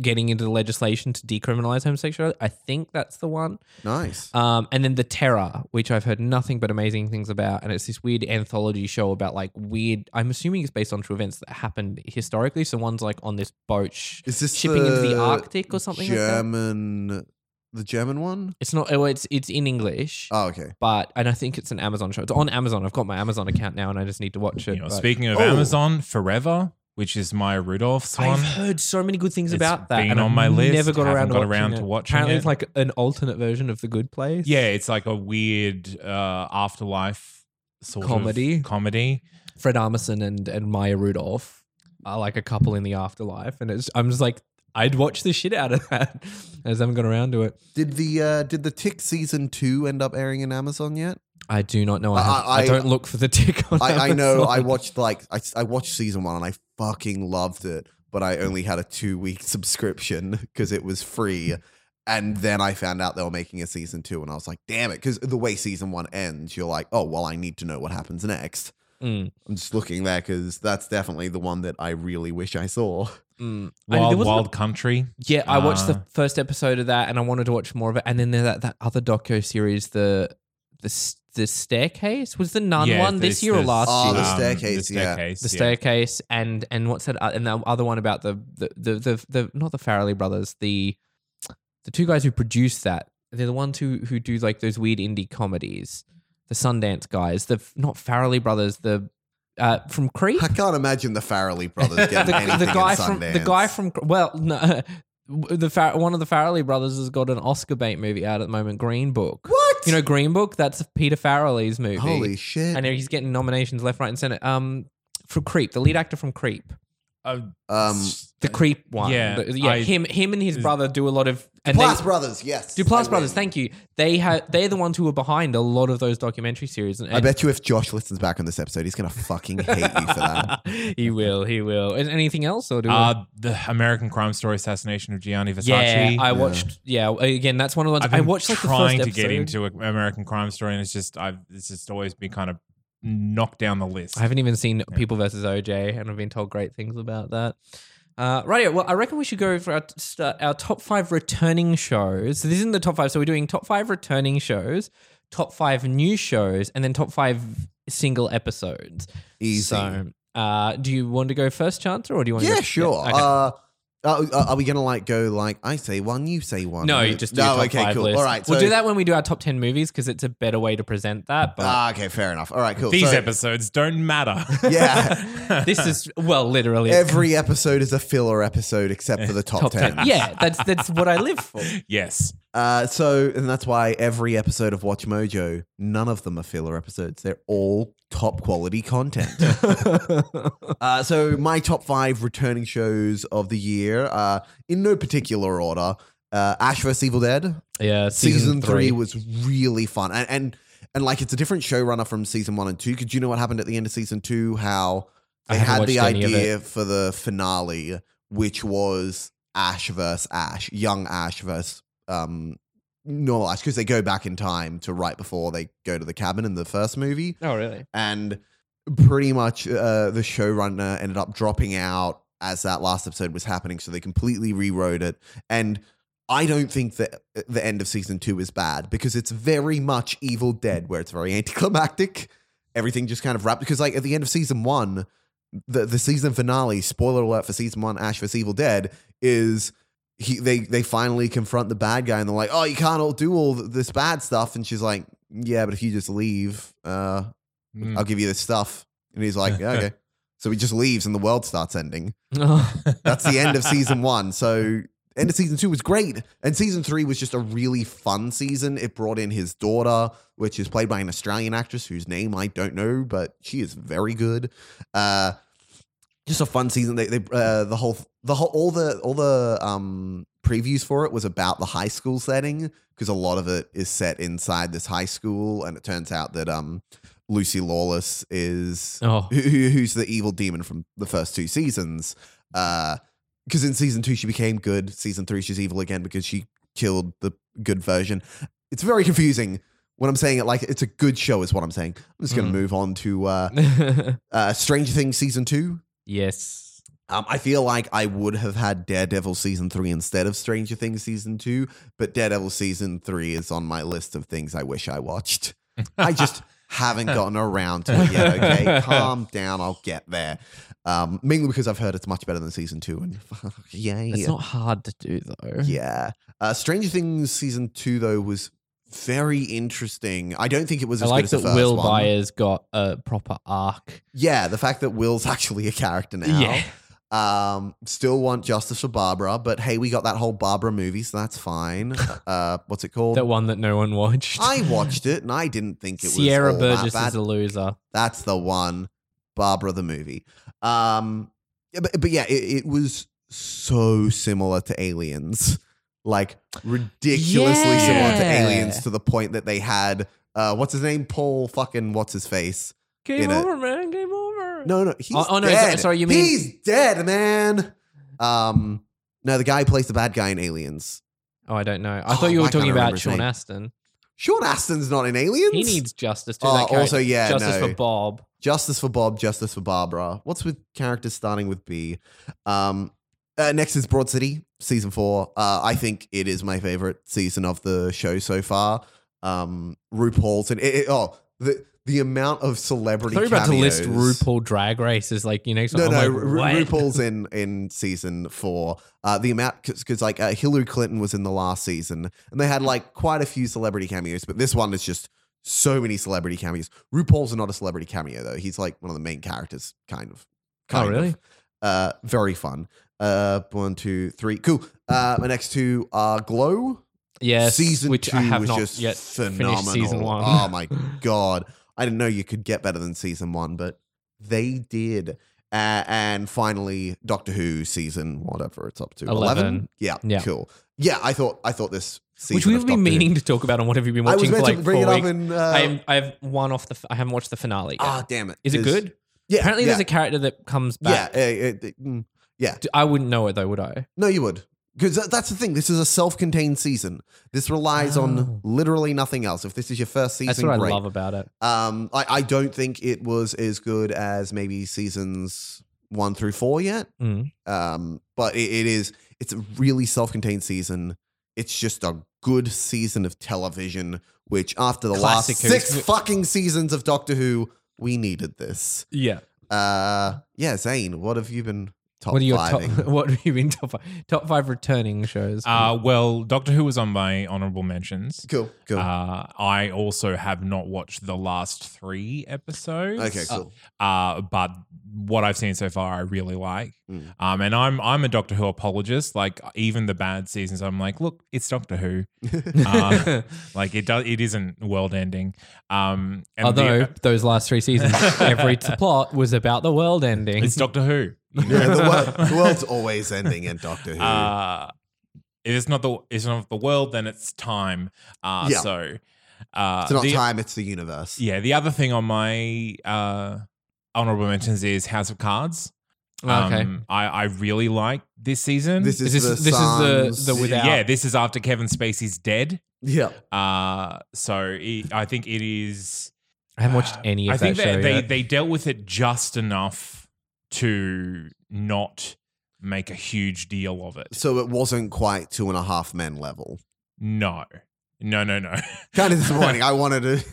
S3: getting into the legislation to decriminalize homosexuality. I think that's the one.
S4: Nice.
S3: Um, and then The Terror, which I've heard nothing but amazing things about. And it's this weird anthology show about like weird, I'm assuming it's based on true events that happened historically. So one's like on this boat sh-
S4: Is this
S3: shipping into the Arctic or something like that.
S4: German, the German one?
S3: It's not, oh, it's, it's in English.
S4: Oh, okay.
S3: but and I think it's an Amazon show. It's on Amazon. I've got my Amazon account now, and I just need to watch it.
S5: You know,
S3: but-
S5: speaking of
S4: Oh.
S5: Amazon, Forever, which is Maya Rudolph's
S3: I've
S5: one.
S3: heard so many good things
S5: It's
S3: about that.
S5: been
S3: and
S5: on
S3: I've
S5: my list,
S3: Never got
S5: haven't
S3: around,
S5: got
S3: to,
S5: around
S3: watching
S5: to
S3: it.
S5: watching
S3: Apparently,
S5: it.
S3: it's like an alternate version of The Good Place.
S5: Yeah, it's like a weird uh, afterlife sort
S3: Comedy.
S5: of comedy.
S3: Fred Armisen and and Maya Rudolph are like a couple in the afterlife, and it's I'm just like I'd watch the shit out of that. I just haven't got around to it.
S4: Did the uh, did the Tick season two end up airing in Amazon yet?
S3: I do not know. I,
S4: I-
S3: have- I
S4: I-
S3: don't look for the tick on.
S4: I, I know.
S3: Amazon.
S4: I watched like I, I watched season one and I fucking loved it, but I only had a two week subscription because it was free. And then I found out they were making a season two, and I was like, damn it, because the way season one ends, you're like, oh well, I need to know what happens next.
S3: Mm,
S4: I'm just looking there because that's definitely the one that I really wish I saw.
S3: mm. I- there
S5: Wild
S3: wasn't a-
S5: Wild Country.
S3: Yeah, I watched the
S5: Ah.
S3: first episode of that, and I wanted to watch more of it. And then there's that that other doco series, the the S- the staircase was the nun
S5: Yeah,
S3: one this
S5: it's
S3: year or
S5: this, um,
S3: last
S4: Oh,
S3: year.
S4: the staircase, yeah.
S3: the
S5: yeah.
S3: staircase and and what's that? o- And the other one about the the the the, the not the Farrelly brothers, the the two guys who produced that. They're the ones who who do like those weird indie comedies. The Sundance guys, the f- not Farrelly brothers, the uh, from Creep.
S4: I can't imagine the Farrelly brothers getting
S3: the,
S4: anything
S3: the guy
S4: in
S3: from the
S4: Sundance.
S3: guy from well no the Far- one of the Farrelly brothers has got an Oscar bait movie out at the moment Green Book
S4: what?
S3: you know Green Book that's Peter Farrelly's movie
S4: holy shit!
S3: I know he's getting nominations left right and center um for Creep the lead actor from Creep
S5: Uh,
S4: um,
S3: the Creep one
S5: yeah,
S3: The- yeah
S5: I-
S3: him him and his
S5: is-
S3: brother do a lot of and they-
S4: Duplass Brothers, yes, I
S3: Duplass
S4: win.
S3: brothers thank you they ha- they're the ones who were behind a lot of those documentary series and,
S4: I bet you if Josh listens back on this episode, he's gonna fucking hate you for that.
S3: he will he will Is anything else or do we-
S5: uh, the American Crime Story assassination of Gianni Versace.
S3: Yeah, I
S4: Yeah.
S3: watched. Yeah, again, that's one of the ones
S5: I've
S3: I
S5: been
S3: watched. Like
S5: trying
S3: the
S5: to
S3: first
S5: get into
S3: episode.
S5: a- American Crime Story, and it's just I've it's just always been kind of knocked down the list.
S3: I haven't even seen People versus OJ, and I've been told great things about that. Uh, right. Well, I reckon we should go for our, start our top five returning shows. So this isn't the top five. So we're doing top five returning shows, top five new shows, and then top five single episodes.
S4: Easy.
S3: So, uh, do you want to go first, Chanter, or do you want? to
S4: yeah,
S3: go,
S4: sure.
S3: okay.
S4: Uh, are, are we gonna like go like I say one, you say one?
S3: no,
S4: Uh,
S3: you just do your top five
S4: cool.
S3: list.
S4: All right,
S3: we'll
S4: so-
S3: do that when we do our top ten movies because it's a better way to present that. But
S4: Ah, okay, fair enough. All right, cool.
S5: These
S4: So,
S5: episodes don't matter.
S4: yeah,
S3: this is well, literally it's
S4: every episode is a filler episode except for the top,
S3: top
S4: ten.
S3: ten. Yeah, that's that's what I live for.
S5: yes.
S4: Uh, so, and that's why every episode of Watch Mojo, none of them are filler episodes. They're all top quality content. uh, so, my top five returning shows of the year, uh, in no particular order, uh, Ash vs. Evil Dead,
S3: Yeah,
S4: season, three. was really fun and, and and like it's a different showrunner from season one and two because you know what happened at the end of season two how
S3: I
S4: they
S3: haven't
S4: had the
S3: watched any of
S4: idea for the finale which was ash versus ash young ash versus um normal ash because they go back in time to right before they go to the cabin in the first movie
S3: Oh, really?
S4: and pretty much uh, the showrunner ended up dropping out as that last episode was happening so they completely rewrote it and i don't think that uh, the end of season two is bad because it's very much evil dead where it's very anticlimactic everything just kind of wrapped because like at the end of season one the, the season finale spoiler alert for season one ash vs evil dead is he they they finally confront the bad guy and they're like oh you can't all do all th- this bad stuff and she's like yeah but if you just leave uh
S5: Mm.
S4: I'll give you this stuff. And he's like, yeah, okay. So he just leaves and the world starts ending.
S3: Oh.
S4: That's the end of season one. So end of season two was great. And season three was just a really fun season. It brought in his daughter, which is played by an Australian actress whose name I don't know, but she is very good. Uh, just a fun season. They, they uh, the whole the whole all the all the um previews for it was about the high school setting because a lot of it is set inside this high school, and it turns out that um Lucy Lawless is
S3: oh,
S4: who, who- who's the evil demon from the first two seasons. Because in season two she became good. Season three she's evil again because she killed the good version. It's very confusing when I'm saying it. Like it's a good show is what I'm saying. I'm just gonna
S3: Mm.
S4: move on to uh, uh, Stranger Things season two.
S3: yes.
S4: Um, I feel like I would have had Daredevil season three instead of Stranger Things season two, but Daredevil season three is on my list of things I wish I watched. I just haven't gotten around to it yet. Okay, calm down. I'll get there. Um, mainly because I've heard it's much better than season two, and yay!
S3: It's not hard to do though.
S4: Yeah. Uh, Stranger Things season two though was very interesting. I don't think it was
S3: I
S4: as
S3: like
S4: good as the
S3: that
S4: first
S3: Will
S4: one.
S3: Byers got a proper arc.
S4: Yeah, the fact that Will's actually a character now. Um, still want justice for Barbara, but hey, we got that whole Barbara movie, so that's fine. Uh, what's it called?
S3: That one that no one watched.
S4: I watched it and I didn't think it
S3: Sierra
S4: was all
S3: Burgess
S4: that bad.
S3: is a loser.
S4: That's the one, Barbara the movie. Um, yeah, but, but yeah, it, it was so similar to Aliens, like ridiculously similar to
S3: Yeah.
S4: Aliens to the point that they had uh, what's his name, Paul fucking what's his face?
S3: Game
S4: In a-
S3: over, man. Game over.
S4: No, no, he's
S3: Oh, oh, no, so-
S4: dead.
S3: sorry, you mean-
S4: he's dead, man. Um, no, the guy who plays the bad guy in Aliens.
S3: Oh, I don't know. I
S4: Oh,
S3: thought you
S4: why
S3: were
S4: can't
S3: talking
S4: I remember
S3: about
S4: his
S3: Sean
S4: name?
S3: Aston.
S4: Sean Aston's not in Aliens.
S3: He needs justice to
S4: Oh,
S3: that character.
S4: also, yeah,
S3: justice
S4: no.
S3: for Bob.
S4: Justice for Bob, Justice for Barbara. What's with characters starting with B? Um, uh, next is Broad City, season four. Uh, I think it is my favorite season of the show so far. Um, RuPaul's and it, it- oh, the the amount of
S3: I
S4: celebrity.
S3: thought you were about to list
S4: cameos.
S3: RuPaul Drag Race as like you know.
S4: No,
S3: I'm
S4: no,
S3: like,
S4: Ru- Ru-
S3: what?
S4: RuPaul's in in season four. Uh, the amount because like uh, Hillary Clinton was in the last season, and they
S3: Mm.
S4: had like quite a few celebrity cameos, but this one is just so many celebrity cameos. RuPaul's not a celebrity cameo though; he's like one of the main characters, kind of.
S3: Oh,
S4: Kind of.
S3: really?
S4: Uh, very fun. Uh, one, two, three, cool. Uh, my next two are Glow.
S3: Yes,
S4: season
S3: which
S4: two
S3: I have
S4: was
S3: not
S4: just
S3: yet
S4: phenomenal.
S3: finished season one.
S4: Oh my god, I didn't know you could get better than season one, but they did. Uh, and finally, Doctor Who season whatever it's up to
S3: Eleven.
S4: Yeah,
S3: Yeah.
S4: cool. Yeah, I thought I thought this season
S3: which we've
S4: of
S3: been
S4: Doctor Who-
S3: meaning to talk about on whatever you've been
S4: I was
S3: watching
S4: meant
S3: for like
S4: to bring it
S3: four
S4: up
S3: weeks.
S4: in. Uh,
S3: I am, I've one off the. F- I haven't watched the finale. Yet.
S4: ah, damn it.
S3: is it
S4: There's-
S3: good?
S4: Yeah,
S3: Apparently,
S4: yeah,
S3: there's a character that comes
S4: yeah.
S3: back.
S4: uh, it- it- mm.
S3: D- I wouldn't know it though, would I?
S4: No, you would. Because that's the thing. This is a self-contained season. This relies on
S3: Oh.
S4: literally nothing else. If this is your first season,
S3: That's what
S4: great.
S3: I love about it.
S4: Um, I, I don't think it was as good as maybe seasons one through four yet.
S3: Mm.
S4: Um, but it, it is it's a really self-contained season. It's just a good season of television, which after the
S3: Classic
S4: last
S3: Who.
S4: six fucking seasons of Doctor Who, we needed this.
S3: Yeah.
S4: Uh, yeah, Zane, what have you been top
S3: what are your
S4: fiving?
S3: top? What have you been top five? Top five returning shows.
S5: Uh, well, Doctor Who was on my honorable mentions.
S4: Cool, cool.
S5: Uh, I also have not watched the last three episodes.
S4: okay, cool.
S5: Uh, but what I've seen so far, I really like.
S4: Mm.
S5: Um, and I'm I'm a Doctor Who apologist. Like even the bad seasons, I'm like, look, it's Doctor Who. uh, Like it does, it isn't world ending. Um, and the-
S3: Although those last three seasons, every t- plot was about the world ending.
S5: it's Doctor Who.
S3: uh,
S4: yeah, the, world, the world's always ending in Doctor Who.
S5: Uh, if it's not the it's not the world, then it's time. Uh,
S4: Yeah.
S5: So uh,
S4: it's not
S5: the-
S4: time; it's the universe.
S5: Yeah, the other thing on my uh, honorable mentions is House of Cards.
S3: Oh, okay.
S5: Um, I, I really like this season.
S4: This is,
S3: Is
S4: the
S3: this- this is
S4: Sans-
S3: the- the without-
S5: yeah, this is after Kevin Spacey's dead.
S4: yeah.
S5: Uh, so it, I think it is.
S3: I haven't watched any of
S5: I think
S3: that show
S5: they,
S3: yet.
S5: they dealt with it just enough to not make a huge deal of it.
S4: So it wasn't quite two and a half men level.
S5: No, no, no, no.
S4: Kind of disappointing. I wanted to.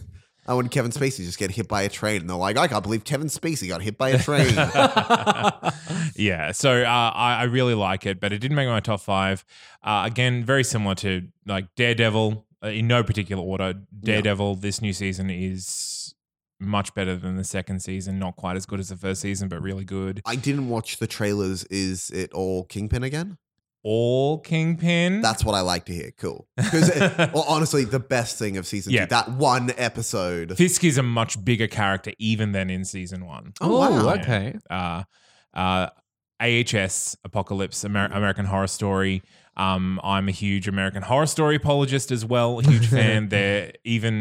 S4: I wanted Kevin Spacey to just get hit by a train, and they're like, "I can't believe Kevin Spacey got hit by a train."
S5: yeah, so uh, I, I really like it, but it didn't make my top five. Uh, again, very similar to like Daredevil uh, in no particular order. Daredevil this new season is much better than the second season. Not quite as good as the first season, but really good.
S4: I didn't watch the trailers. Is it all Kingpin again?
S5: All Kingpin.
S4: That's what I like to hear. Cool. Because honestly, the best thing of season
S5: Yeah.
S4: two, that one episode.
S5: Fisk is a much bigger character even than in season one.
S4: Oh, wow.
S5: Yeah.
S3: okay.
S5: uh, uh, AHS Apocalypse Amer- American Horror Story. Um, I'm a huge American Horror Story apologist as well. Huge fan. They're even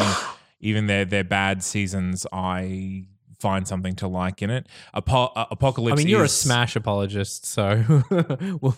S5: even their their bad seasons, I find something to like in it. Apo- uh,
S3: I
S5: Apocalypse.
S3: mean, you're a
S5: is-
S3: Smash apologist, so well,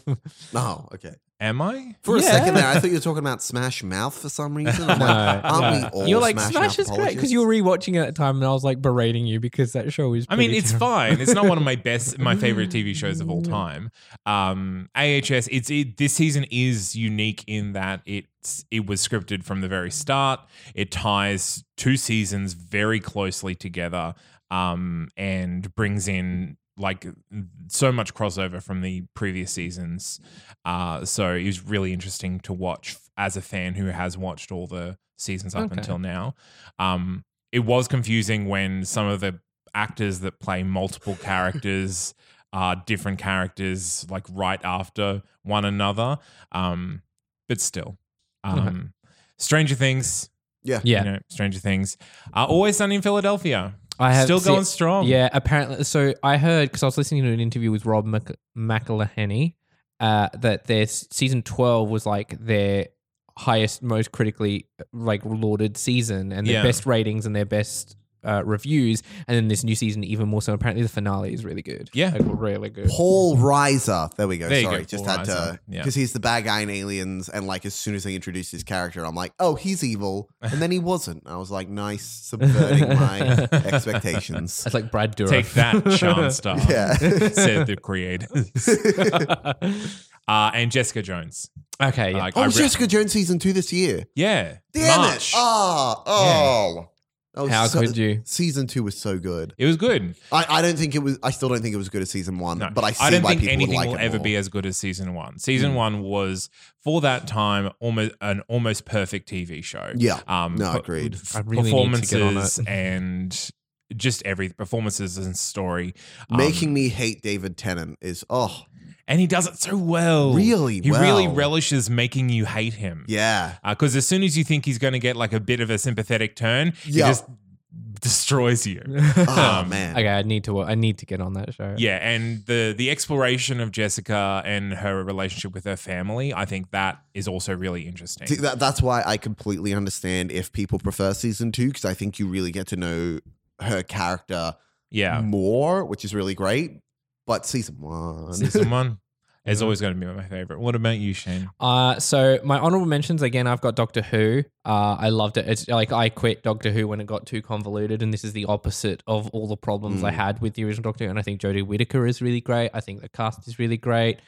S4: Oh, okay.
S5: Am I?
S4: For a
S3: Yeah.
S4: second there, I thought you were talking about Smash Mouth for some reason. I'm like,
S5: No,
S4: aren't
S5: no.
S4: we all
S3: You're like
S4: Smash,
S3: Smash
S4: Mouth
S3: is great because
S4: apologists?
S3: you were rewatching it at the time, and I was like berating you because that show is.
S5: I mean,
S3: pretty
S5: it's
S3: terrible.
S5: fine. It's not one of my best, my favorite TV shows of all time. Um, AHS. It's it, this season is unique in that it's it was scripted from the very start. It ties two seasons very closely together, um, and brings in like uh, so much crossover from the previous seasons. Uh, so it was really interesting to watch as a fan who has watched all the seasons up
S3: Okay.
S5: until now. Um, it was confusing when some of the actors that play multiple characters are different characters like right after one another. Um, but still, um, Stranger Things.
S4: Yeah.
S3: Yeah.
S5: you know, Stranger Things. Uh, Always Sunny in Philadelphia.
S3: I have
S5: still
S3: see-
S5: going strong.
S3: Yeah, apparently. So I heard because I was listening to an interview with Rob Mc- McElhenney uh, that their s- season twelve was like their highest, most critically uh, like lauded season, and their
S5: Yeah.
S3: best ratings and their best uh, reviews. And then this new season, even more so. Apparently, the finale is really good.
S5: Yeah.
S3: like, really good.
S4: Paul Reiser. There we go.
S5: There you
S4: Sorry,
S5: go,
S4: just
S5: Paul
S4: had
S5: Reiser.
S4: to
S5: Yeah.
S4: because he's the bad guy in Aliens, and like as soon as they introduced his character, I'm like, oh, he's evil, and then he wasn't. I was like, nice subverting my expectations.
S3: That's like Brad Dourif.
S5: Take that, Sean Star.
S4: Yeah.
S5: said the creators. uh, and Jessica Jones.
S3: okay, yeah.
S5: Like,
S4: oh,
S5: I re-
S4: Jessica Jones season two this year.
S5: Yeah.
S4: Damn
S5: March.
S4: it! Oh, oh. That was
S3: How
S4: so-
S3: could you?
S4: Season two was so good.
S5: It was good.
S4: I, I don't think it was. I still don't think it was good as season one.
S5: No,
S4: But I see
S5: don't
S4: why
S5: think
S4: people
S5: anything
S4: would like
S5: will
S4: it
S5: ever
S4: more. Mm.
S5: be as good as season one. Season one was for that time almost an almost perfect TV show.
S4: Yeah.
S5: Um,
S4: No,
S5: per-
S4: agreed.
S5: f-
S3: I really need to
S5: performances
S3: get on it.
S5: and just every performances and story. Um,
S4: Making me hate David Tennant is oh
S5: and he does it so well.
S4: Really
S5: he really
S4: well.
S5: relishes making you hate him.
S4: yeah
S5: because as soon as you think he's going to get like a bit of a sympathetic turn, he
S4: Yeah.
S5: just destroys you.
S4: oh
S5: Um,
S4: man
S3: okay, I need to. wa- I need to get on that show.
S5: Yeah, and the the exploration of Jessica and her relationship with her family, I think that is also really interesting.
S4: See, that, that's why I completely understand if people prefer season two because I think you really get to know her character
S5: yeah,
S4: more, which is really great. But season one,
S5: season one is always going to be my favorite. What about you, Shane?
S3: Uh, so my honorable mentions again. I've got Doctor Who. Uh, I loved it. It's like I quit Doctor Who when it got too convoluted, and this is the opposite of all the problems I
S4: Mm.
S3: had with the original Doctor. Who. And I think Jodie Whittaker is really great. I think the cast is really great.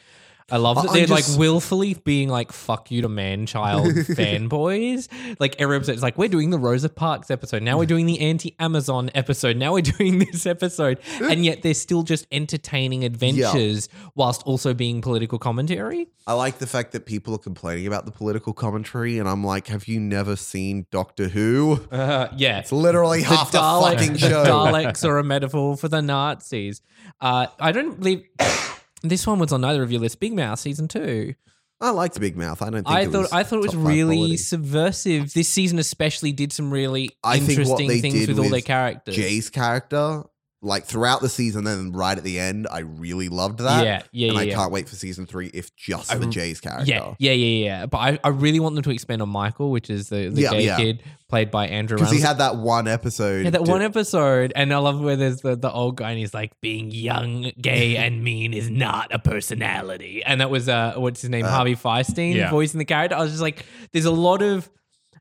S3: I love
S4: I-
S3: that
S4: I'm
S3: they're
S4: just-
S3: like willfully being like "fuck you" to man child fanboys. Like every episode, it's like we're doing the Rosa Parks episode. Now we're doing the anti Amazon episode. Now we're doing this episode, and yet they're still just entertaining adventures whilst also being political commentary.
S4: I like the fact that people are complaining about the political commentary, and I'm like, have you never seen Doctor Who?
S3: Uh, yeah,
S4: It's literally half the
S3: Daleks-
S4: fucking
S3: the
S4: show.
S3: Daleks are a metaphor for the Nazis. Uh, I don't believe this one was on neither of your lists. Big Mouth season two.
S4: I liked Big Mouth. I don't. Think
S3: I,
S4: it
S3: thought
S4: was
S3: I thought it was
S4: top five
S3: really
S4: quality.
S3: subversive. This season especially did some really
S4: I think what
S3: interesting
S4: they
S3: things
S4: did
S3: with, all their
S4: with
S3: characters.
S4: Jay's character, like throughout the season, then right at the end, I really loved that.
S3: yeah, yeah,
S4: and
S3: yeah,
S4: I
S3: yeah.
S4: can't wait for season three if just for
S3: I-
S4: Jay's character.
S3: yeah, yeah, yeah, yeah. But I, I really want them to expand on Michael, which is the, the
S4: Yeah,
S3: gay
S4: yeah.
S3: kid played by Andrew.
S4: Because he
S3: Reynolds.
S4: had that one episode.
S3: Yeah, that
S4: to-
S3: one episode, and I love where there's the, the old guy, and he's like, "Being young, gay, and mean is not a personality." And that was uh, what's his name,
S4: Uh,
S3: Harvey Feinstein,
S5: yeah.
S3: voicing the character. I was just like, "There's a lot of,"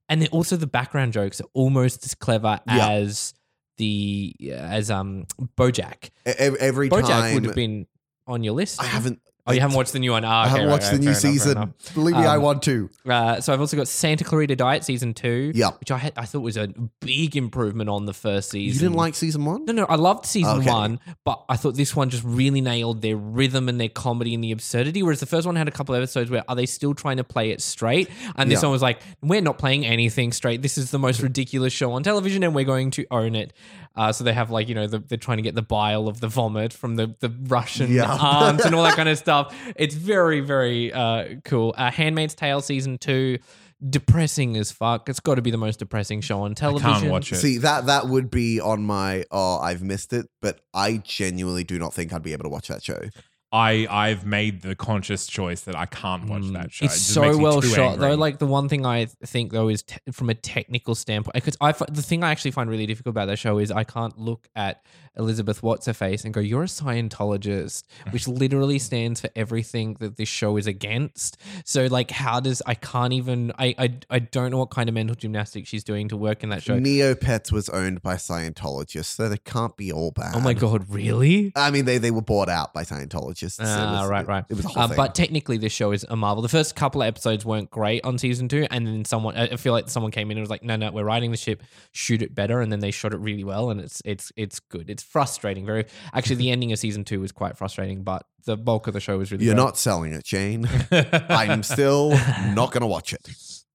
S3: and then also the background jokes are almost as clever
S4: Yeah.
S3: as the as um BoJack.
S4: e- ev- every
S3: BoJack
S4: time.
S3: would have been on your list.
S4: I haven't.
S3: Oh, you haven't watched the new one. Ah,
S4: I
S3: okay,
S4: haven't
S3: right,
S4: watched
S3: right,
S4: the
S3: fair
S4: new
S3: enough, fair
S4: season.
S3: enough.
S4: Believe me, I
S3: Um,
S4: want to.
S3: Uh, so I've also got Santa Clarita Diet season two,
S4: Yeah.
S3: which I had, I thought was a big improvement on the first season.
S4: You didn't like season one?
S3: No, no, I loved season
S4: Okay.
S3: one, but I thought this one just really nailed their rhythm and their comedy and the absurdity. Whereas the first one had a couple of episodes where are they still trying to play it straight? And this
S4: Yeah.
S3: one was like, we're not playing anything straight. This is the most ridiculous show on television, and we're going to own it. Uh, so they have like you know the, they're trying to get the bile of the vomit from the the Russian
S4: Yeah.
S3: arms and all that kind of stuff. It's very very uh, cool. Uh, Handmaid's Tale season two. Depressing as fuck. It's got to be the most depressing show on
S5: I
S3: television.
S5: can't watch it.
S4: See that that would be on my oh I've missed it, but I genuinely do not think I'd be able to watch that show.
S5: I I've made the conscious choice that I can't watch
S3: Mm.
S5: that show.
S3: It's
S5: It just
S3: so
S5: makes me
S3: well
S5: too
S3: shot,
S5: angry.
S3: though. Like the one thing I th- think though is te- from a technical standpoint, because I fi- the thing I actually find really difficult about that show is I can't look at Elizabeth What's her face and go, "You're a Scientologist," which literally stands for everything that this show is against. So like, how does I can't even I I, I don't know what kind of mental gymnastics she's doing to work in that show.
S4: Neopets was owned by Scientologists, so they can't be all bad.
S3: Oh my god, really?
S4: I mean, they, they were bought out by Scientologists. It
S3: Ah,
S4: was-
S3: right, right.
S4: It was a whole
S3: Uh,
S4: thing.
S3: but technically, this show is a marvel. The first couple of episodes weren't great on season two, and then someone I I feel like someone came in and was like, "No, no, we're riding the ship, shoot it better," and then they shot it really well, and it's it's it's good. It's frustrating. Very actually, the ending of season two was quite frustrating, but the bulk of the show was really.
S4: You're
S3: great.
S4: not selling it, Jane. I'm still not going to watch it.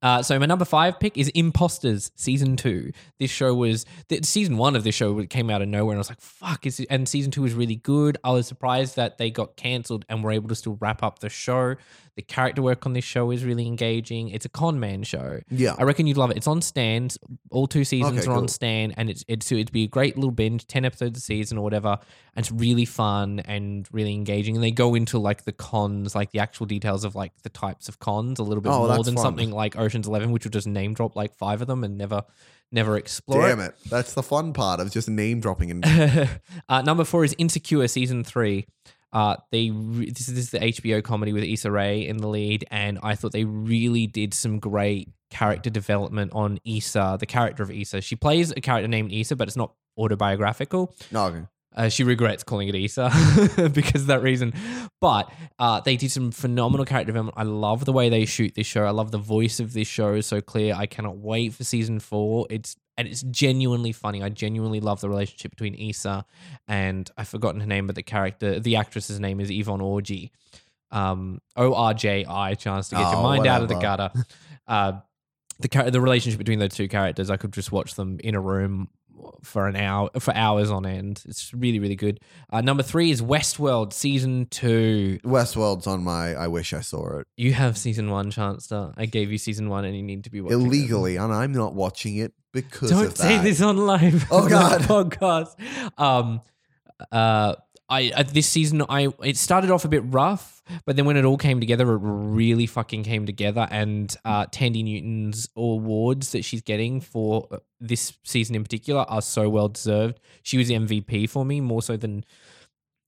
S3: Uh, so my number five pick is Imposters season two. This show was the, season one of this show came out of nowhere, and I was like, "Fuck!" Is it, and season two was really good. I was surprised that they got cancelled and were able to still wrap up the show. The character work on this show is really engaging. It's a con man show.
S4: Yeah.
S3: I reckon you'd love it. It's on Stan. All two seasons
S4: Okay,
S3: are on
S4: cool.
S3: Stan, and it's, it's it'd be a great little binge, ten episodes a season or whatever. And it's really fun and really engaging. And they go into like the cons, like the actual details of like the types of cons a little bit
S4: Oh,
S3: more
S4: that's
S3: than
S4: fun.
S3: something like Ocean's Eleven, which will just name drop like five of them and never never explore
S4: Damn it. That's the fun part of just name dropping and
S3: uh, number four is Insecure season three. Uh, they re- this, is, this is the HBO comedy with Issa Rae in the lead, and I thought they really did some great character development on Issa, the character of Issa. She plays a character named Issa, but it's not autobiographical.
S4: no, okay.
S3: Uh, she regrets calling it Issa because of that reason. But uh, they did some phenomenal character development. I love the way they shoot this show. I love the voice of this show is so clear. I cannot wait for season four. It's and it's genuinely funny. I genuinely love the relationship between Issa and I've forgotten her name, but the character, the actress's name is Yvonne Orji. Um, O R J I, chance to get your
S4: Oh,
S3: mind out of the
S4: whatever.
S3: gutter. Uh, the char- the relationship between those two characters, I could just watch them in a room for an hour for hours on end. It's really really good. Uh, number three is Westworld season two.
S4: Westworld's on my I wish I saw it.
S3: You have season one, Chancellor. I gave you season one, and you need to be watching it.
S4: Illegally, and I'm not watching it because
S3: Don't
S4: of
S3: say
S4: that.
S3: this on live.
S4: Oh, God.
S3: podcast. Um, uh, I uh, this season I it started off a bit rough, but then when it all came together, it really fucking came together. And uh, Tandy Newton's awards that she's getting for uh, this season in particular are so well deserved. She was the MVP for me more so than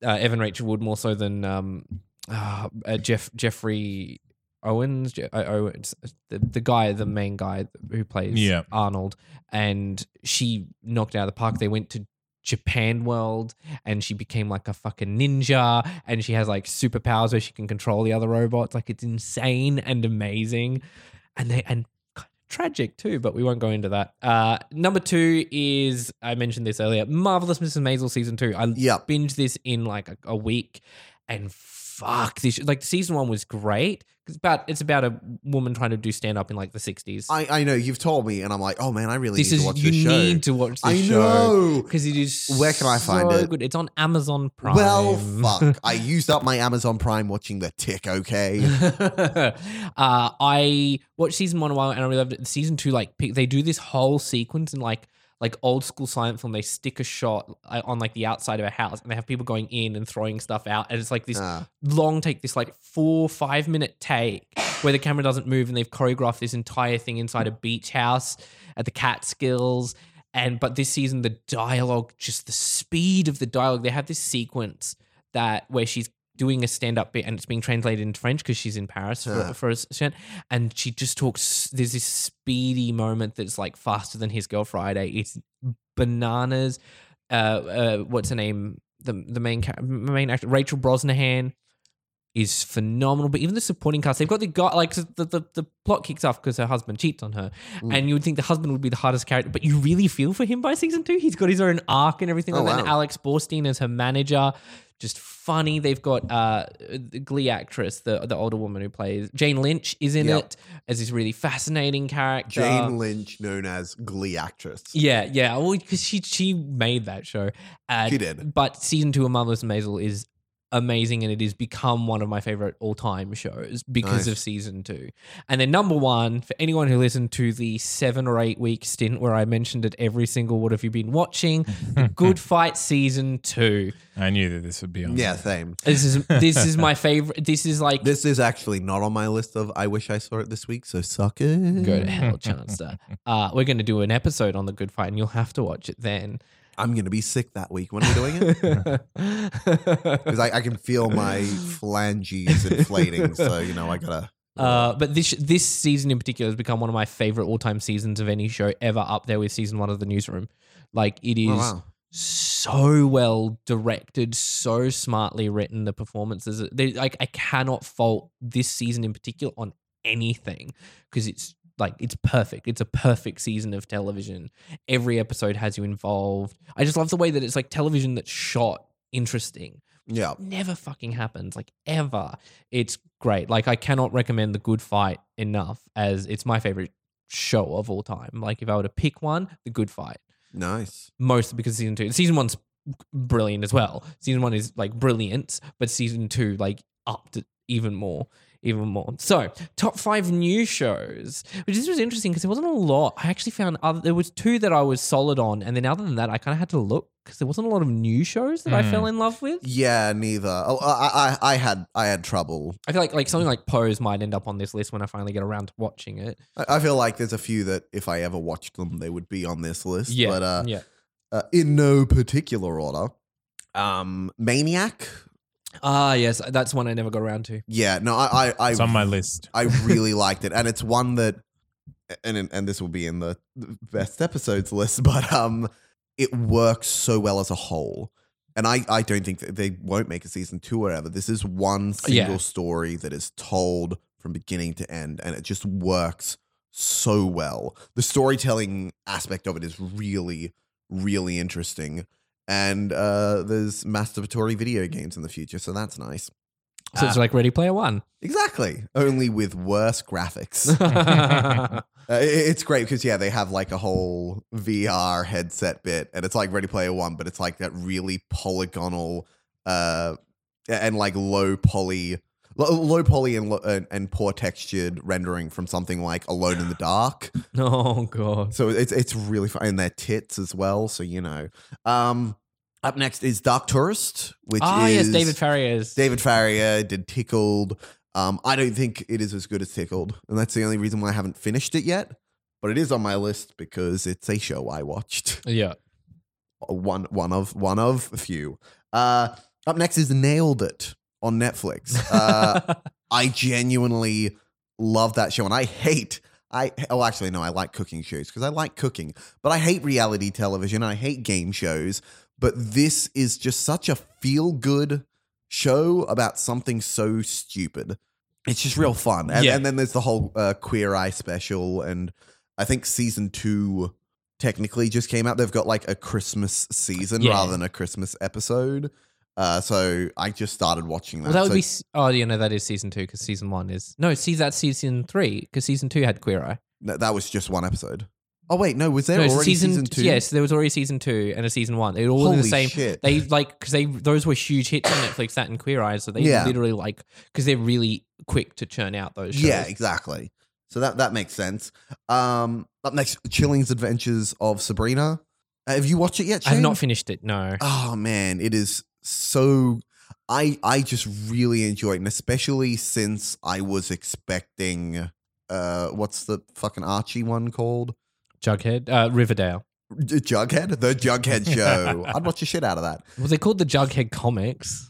S3: uh, Evan Rachel Wood, more so than um, uh, uh, Jeff Jeffrey. Owens, Je- uh, Owens, the, the guy, the main guy who plays
S5: Yeah.
S3: Arnold, and she knocked it out of the park. They went to Japan World, and she became like a fucking ninja, and she has like superpowers where she can control the other robots. Like it's insane and amazing, and they and kind of tragic too. But we won't go into that. Uh, number two is I mentioned this earlier. Marvelous Mrs. Maisel season two. I
S4: Yep.
S3: binge this in like a, a week and fuck this like season one was great 'cause about it's about a woman trying to do stand up in like the 60s
S4: I, I know you've told me, and I'm like, oh man, I really
S3: this
S4: need
S3: is
S4: to watch
S3: you
S4: this show.
S3: need to watch this
S4: I
S3: show
S4: know.
S3: because it is
S4: Where can I find
S3: so
S4: it?
S3: good it's on amazon prime
S4: Well, fuck. I used up my Amazon Prime watching The Tick, okay?
S3: uh, I watched season one a while and I really loved it. Season two, like pick- they do this whole sequence in like like old school silent film. They stick a shot uh, on like the outside of a house and they have people going in and throwing stuff out, and it's like this
S4: Ah.
S3: long take, this like four five minute take where the camera doesn't move, and they've choreographed this entire thing inside a beach house at the Catskills. And but this season, the dialogue, just the speed of the dialogue, they have this sequence that where she's doing a stand up bit and it's being translated into French because she's in Paris for,
S4: Yeah.
S3: for a second. And she just talks. There's this speedy moment that's like faster than His Girl Friday. It's bananas. Uh, uh, what's her name? The the main ca- main actor Rachel Brosnahan is phenomenal. But even the supporting cast, they've got the guy like the the, the plot kicks off because her husband cheats on her,
S4: Mm.
S3: and you would think the husband would be the hardest character, but you really feel for him by season two. He's got his own arc and everything.
S4: Oh,
S3: like that. And
S4: wow.
S3: Alex Borstein is her manager. Just funny. They've got uh, the Glee actress, the the older woman who plays Jane Lynch, is in
S4: Yep.
S3: it as this really fascinating character.
S4: Jane Lynch, known as Glee actress.
S3: Yeah, yeah. Well, because she she made that show. Uh, And,
S4: She did.
S3: But season two of Marvelous Maisel is amazing and it has become one of my favorite all time shows because
S4: Nice.
S3: of season two. And then number one, for anyone who listened to the seven or eight week stint where I mentioned it every single what have you been watching, The Good Fight season two.
S5: I knew that this would be on.
S4: Yeah, same.
S3: This is this is my favorite. This is like
S4: This is actually not on my list of I wish I saw it this week, so suck it.
S3: go to hell, Chanster. Uh, we're going to do an episode on the Good Fight, and you'll have to watch it then.
S4: I'm gonna be sick that week when we're doing it. Because I, I can feel my phalanges inflating, so you know I gotta Oh,
S3: Uh, but this this season in particular has become one of my favorite all time seasons of any show ever, up there with season one of The Newsroom. Like it is
S4: Oh, wow.
S3: so well directed, so smartly written. The performances, they, like I cannot fault this season in particular on anything because it's like it's perfect. It's a perfect season of television. Every episode has you involved. I just love the way that it's like television that's shot interesting
S4: Yeah.
S3: never fucking happens, like ever. It's great. Like I cannot recommend The Good Fight enough as it's my favorite show of all time. Like if I were to pick one, The Good Fight.
S4: Nice.
S3: Mostly because season two. Season one's brilliant as well. Season one is like brilliant, but season two like upped it even more. Even more. So, top five new shows, which this was interesting because there wasn't a lot. I actually found other, there was two that I was solid on, and then other than that, I kind of had to look because there wasn't a lot of new shows that I
S5: Hmm.
S3: fell in love with.
S4: Yeah, neither. Oh, I, I, I had, I had trouble.
S3: I feel like like something like Pose might end up on this list when I finally get around to watching it.
S4: I, I feel like there's a few that if I ever watched them, they would be on this list.
S3: Yeah,
S4: but uh,
S3: yeah.
S4: uh, in no particular order. Um, Maniac.
S3: Ah, yes, that's one I never got around to.
S4: Yeah, no, I, I,
S5: It's on
S4: I,
S5: my list.
S4: I really liked it, and it's one that, and and this will be in the best episodes list, but um, it works so well as a whole. And I, I don't think that they won't make a season two or ever. This is one single
S3: Yeah.
S4: story that is told from beginning to end, and it just works so well. The storytelling aspect of it is really, really interesting. And uh, there's masturbatory video games in the future, so that's nice.
S3: So it's like Ready Player One.
S4: Exactly. Only with worse graphics.
S3: yeah,
S4: Uh, it- it's great because yeah, they have like a whole VR headset bit, and it's like Ready Player One, but it's like that really polygonal, uh, and like low poly, lo- low poly and, lo- and and poor textured rendering from something like Alone in the Dark.
S3: Oh god.
S4: So it's it's really fun, and their tits as well. So you know, um, up next is Dark Tourist, which
S3: Ah, yes,
S4: is
S3: David Farrier's.
S4: David Farrier did Tickled. Um, I don't think it is as good as Tickled, and that's the only reason why I haven't finished it yet. But it is on my list because it's a show I watched.
S3: yeah.
S4: One, one of, one of a few. Uh, up next is Nailed It on Netflix. Uh, I genuinely love that show, and I hate. I oh, actually no, I like cooking shows because I like cooking, but I hate reality television. I hate game shows. But this is just such a feel good show about something so stupid. It's just real fun, and,
S3: Yeah.
S4: and then there's the whole uh, Queer Eye special, and I think season two technically just came out. They've got like a Christmas season
S3: Yeah.
S4: rather than a Christmas episode. Uh, so I just started watching that.
S3: well, that would
S4: So-
S3: be. s- Oh, yeah, no, that is season two because season one is no. See, that's season three because season two had Queer Eye.
S4: No, that was just one episode. Oh wait, no, was there
S3: no,
S4: already season, two?
S3: Yes, there was already season two and a season one. They were all
S4: Holy
S3: in the same.
S4: shit.
S3: They like because they those were huge hits on Netflix. That and Queer Eye, so they
S4: Yeah.
S3: literally like because they're really quick to churn out those shows.
S4: yeah, exactly. So that that makes sense. Um, up next, Chilling's Adventures of Sabrina. Uh, Have you watched it yet?
S3: I've
S4: Shane?
S3: not finished it. No.
S4: Oh man, it is so. I I just really enjoy it, and especially since I was expecting. Uh, what's the fucking Archie one called?
S3: Jughead, uh, Riverdale.
S4: J- Jughead, the Jughead show. I'd watch the shit out of that.
S3: Was they called the Jughead comics?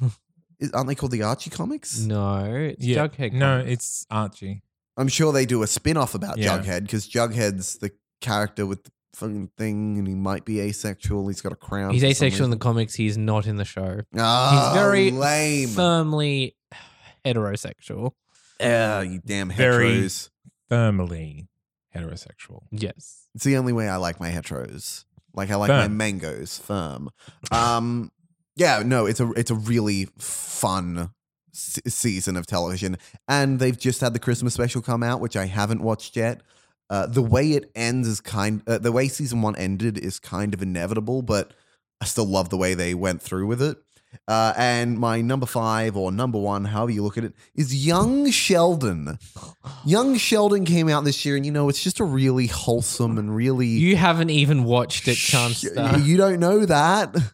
S4: Is, aren't they called the Archie comics?
S3: no, it's
S5: Yeah.
S3: Jughead.
S5: No,
S3: comics.
S5: it's Archie.
S4: I'm sure they do a spin off about
S5: Yeah.
S4: Jughead because Jughead's the character with the fucking thing and he might be asexual. He's got a crown.
S3: he's
S4: for some
S3: asexual in the
S4: reason.
S3: comics. He's not in the show.
S4: Ah,
S3: he's very
S4: lame.
S3: firmly heterosexual.
S4: Ah, you damn
S5: Very-
S4: heteros.
S5: Firmly heterosexual.
S3: Yes.
S4: It's the only way I like my heteros. Like I like my
S5: Firm.
S4: mangoes firm. Um, yeah, no, it's a it's a really fun se- season of television, and they've just had the Christmas special come out, which I haven't watched yet. Uh, the way it ends is kind. Uh, the way season one ended is kind of inevitable, but I still love the way they went through with it. Uh, and my number five or number one, however you look at it, is Young Sheldon. Young Sheldon came out this year, and you know it's just a really wholesome and really
S3: You haven't even watched it,
S4: Shh,
S3: Chancellor.
S4: You don't know that.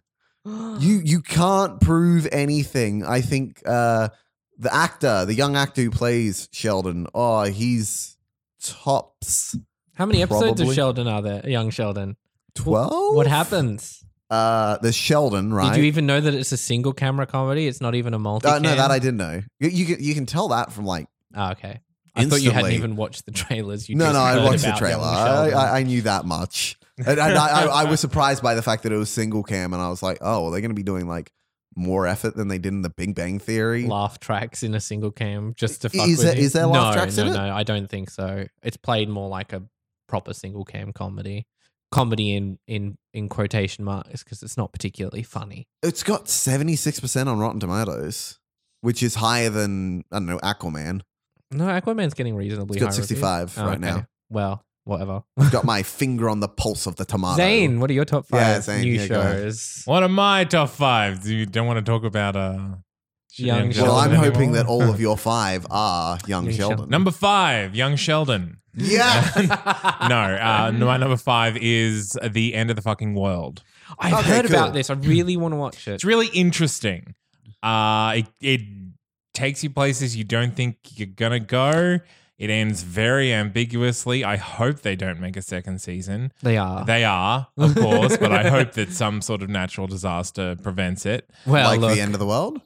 S4: You you can't prove anything. I think uh, the actor, the young actor who plays Sheldon, oh, he's tops
S3: How many episodes
S4: Probably.
S3: of Sheldon are there? Young Sheldon.
S4: twelve.
S3: What happens?
S4: Uh, there's Sheldon, right?
S3: Did you even know that it's a single camera comedy? It's not even a multi.
S4: uh, no, that I didn't know. You, you can you can tell that from like
S3: Oh, okay. I thought you hadn't
S4: Instantly.
S3: even watched the trailers. You
S4: no
S3: just
S4: no I
S3: heard
S4: watched the
S3: about
S4: trailer.
S3: Young
S4: I,
S3: Sheldon.
S4: I, I knew that much, and, and I, I I was surprised by the fact that it was single cam, and I was like, oh, well, they're going to be doing like more effort than they did in the Big Bang Theory.
S3: laugh tracks in a single cam just to
S4: I-
S3: fuck
S4: is
S3: with
S4: there-
S3: you.
S4: is there laugh
S3: no,
S4: tracks
S3: no,
S4: in it?
S3: No, I don't think so. It's played more like a proper single cam comedy, comedy in in in quotation marks because it's not particularly funny.
S4: It's got 76% on Rotten Tomatoes, which is higher than, I don't know, Aquaman.
S3: No, Aquaman's getting reasonably.
S4: It's
S3: high
S4: got
S3: reviews.
S4: 65
S3: Oh,
S4: right
S3: okay.
S4: now.
S3: Well, whatever.
S4: got my finger on the pulse of the tomato.
S3: Zane, what are your top
S4: Yeah,
S3: five
S4: Zane,
S3: new
S4: yeah, go ahead.
S3: shows?
S5: What are my top five? You don't want to talk about uh,
S3: Young
S4: Well, I'm
S3: Sheldon
S4: hoping that all
S5: anymore?
S4: of your five are young
S3: Young
S4: Sheldon.
S3: Sheldon.
S5: number five, Young Sheldon.
S4: Yeah.
S5: no, uh, no, my number five is the end of the fucking world.
S3: I've
S4: Okay,
S3: heard
S4: cool.
S3: about this. I really want to watch it.
S5: It's really interesting. Uh, it, it takes you places you don't think you're gonna go. It ends very ambiguously. I hope they don't make a second season.
S3: They are.
S5: They are, of course, but I hope that some sort of natural disaster prevents it.
S3: well,
S4: like
S3: look.
S4: the end of the world?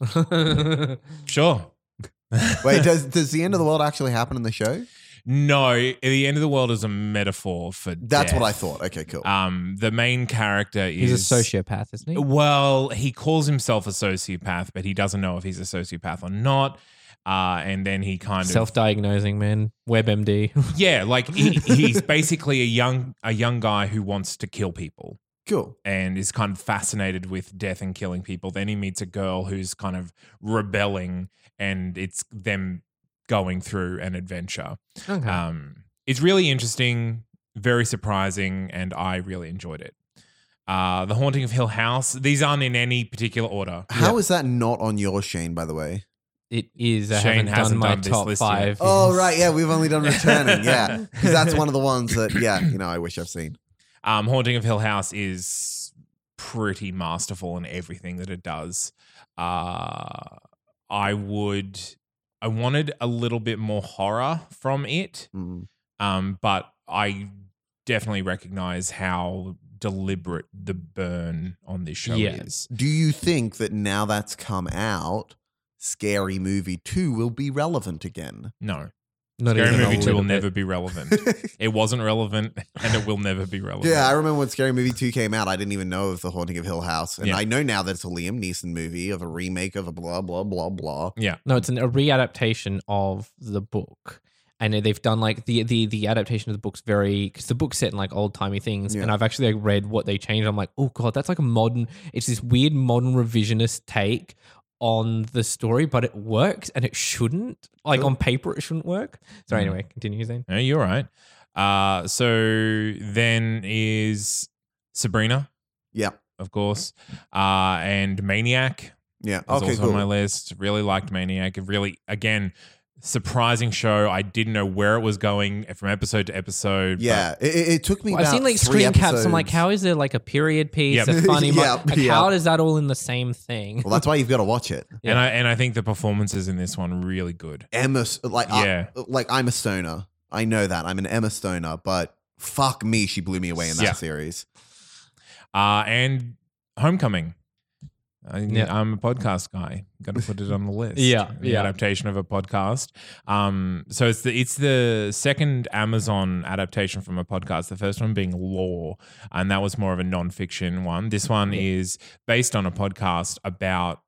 S5: Sure.
S4: Wait, does does the end of the world actually happen in the show?
S5: No, the end of the world is a metaphor for
S4: That's what I
S5: death.
S4: thought. Okay, cool.
S5: Um, the main character is
S3: He's a sociopath, isn't he?
S5: Well, he calls himself a sociopath, but he doesn't know if he's a sociopath or not. Uh, and then he kind of
S3: Self-diagnosing, man. WebMD.
S5: yeah, like he, he's basically a young a young guy who wants to kill people
S4: cool.
S5: and is kind of fascinated with death and killing people. Then he meets a girl who's kind of rebelling, and it's them going through an adventure.
S3: Okay.
S5: Um, it's really interesting, very surprising, and I really enjoyed it. Uh, the Haunting of Hill House. These aren't in any particular order.
S4: How is that not on your Shane, by the way?
S3: It is. I
S5: Shane
S3: haven't
S5: hasn't
S3: done my
S5: done this
S3: top
S5: list yet.
S3: five.
S4: Oh, right. Yeah, we've only done Returning. Yeah. Because that's one of the ones that, yeah, you know, I wish I've seen.
S5: Um, Haunting of Hill House is pretty masterful in everything that it does. Uh, I would, I wanted a little bit more horror from it,
S4: Mm.
S5: um, but I definitely recognize how deliberate the burn on this show
S3: Yeah.
S5: is.
S4: Do you think that now that's come out, Scary Movie 2 will be relevant again?
S5: No,
S3: Not
S5: Scary
S3: even a
S5: Movie Two
S3: little
S5: will
S3: bit.
S5: never be relevant. it wasn't relevant, and it will never be relevant.
S4: yeah, I remember when Scary Movie 2 came out, I didn't even know of The Haunting of Hill House. And
S5: Yeah.
S4: I know now that it's a Liam Neeson movie of a remake of a blah, blah, blah, blah.
S5: yeah.
S3: No, it's an, a readaptation of the book, and they've done like the the the adaptation of the book's very because the book's set in like old timey things,
S4: Yeah.
S3: and I've actually like read what they changed. I'm like, oh god, that's like a modern. It's this weird modern revisionist take on the story, but it works, and it shouldn't. Like on paper, it shouldn't work. So
S5: Mm.
S3: anyway, continue, Zane.
S5: No, you're right. Uh, so then is Sabrina,
S4: Yeah.
S5: of course, uh, and Maniac
S4: Yeah.
S5: is
S4: Okay,
S5: also
S4: cool.
S5: on my list. Really liked Maniac. It Really, again, surprising show. I didn't know where it was going eh, from episode to episode. but
S4: yeah. It, it- it took me
S3: Well, I've
S4: about
S3: seen like
S4: three
S3: screen caps. I'm like,
S4: episodes.
S3: how is there like a period piece,
S5: Yep.
S3: a funny, mo-
S4: Yep,
S3: like,
S4: yep.
S3: how does that all in the same thing?
S4: Well, that's why you've got to watch it.
S5: And I and I think the performances in this one really good.
S4: Emma, like,
S5: Yeah.
S4: I, like I'm a stoner. I know that. I'm an Emma Stoner, but fuck me, she blew me away in that
S5: Yeah.
S4: series.
S5: Uh, and Homecoming. I,
S3: Yeah.
S5: I'm a podcast guy. Got to put it on the list.
S3: Yeah,
S5: the
S3: yeah.
S5: adaptation of a podcast. Um, so it's the it's the second Amazon adaptation from a podcast. The first one being Law, and that was more of a nonfiction one. This one
S3: Yeah.
S5: is based on a podcast about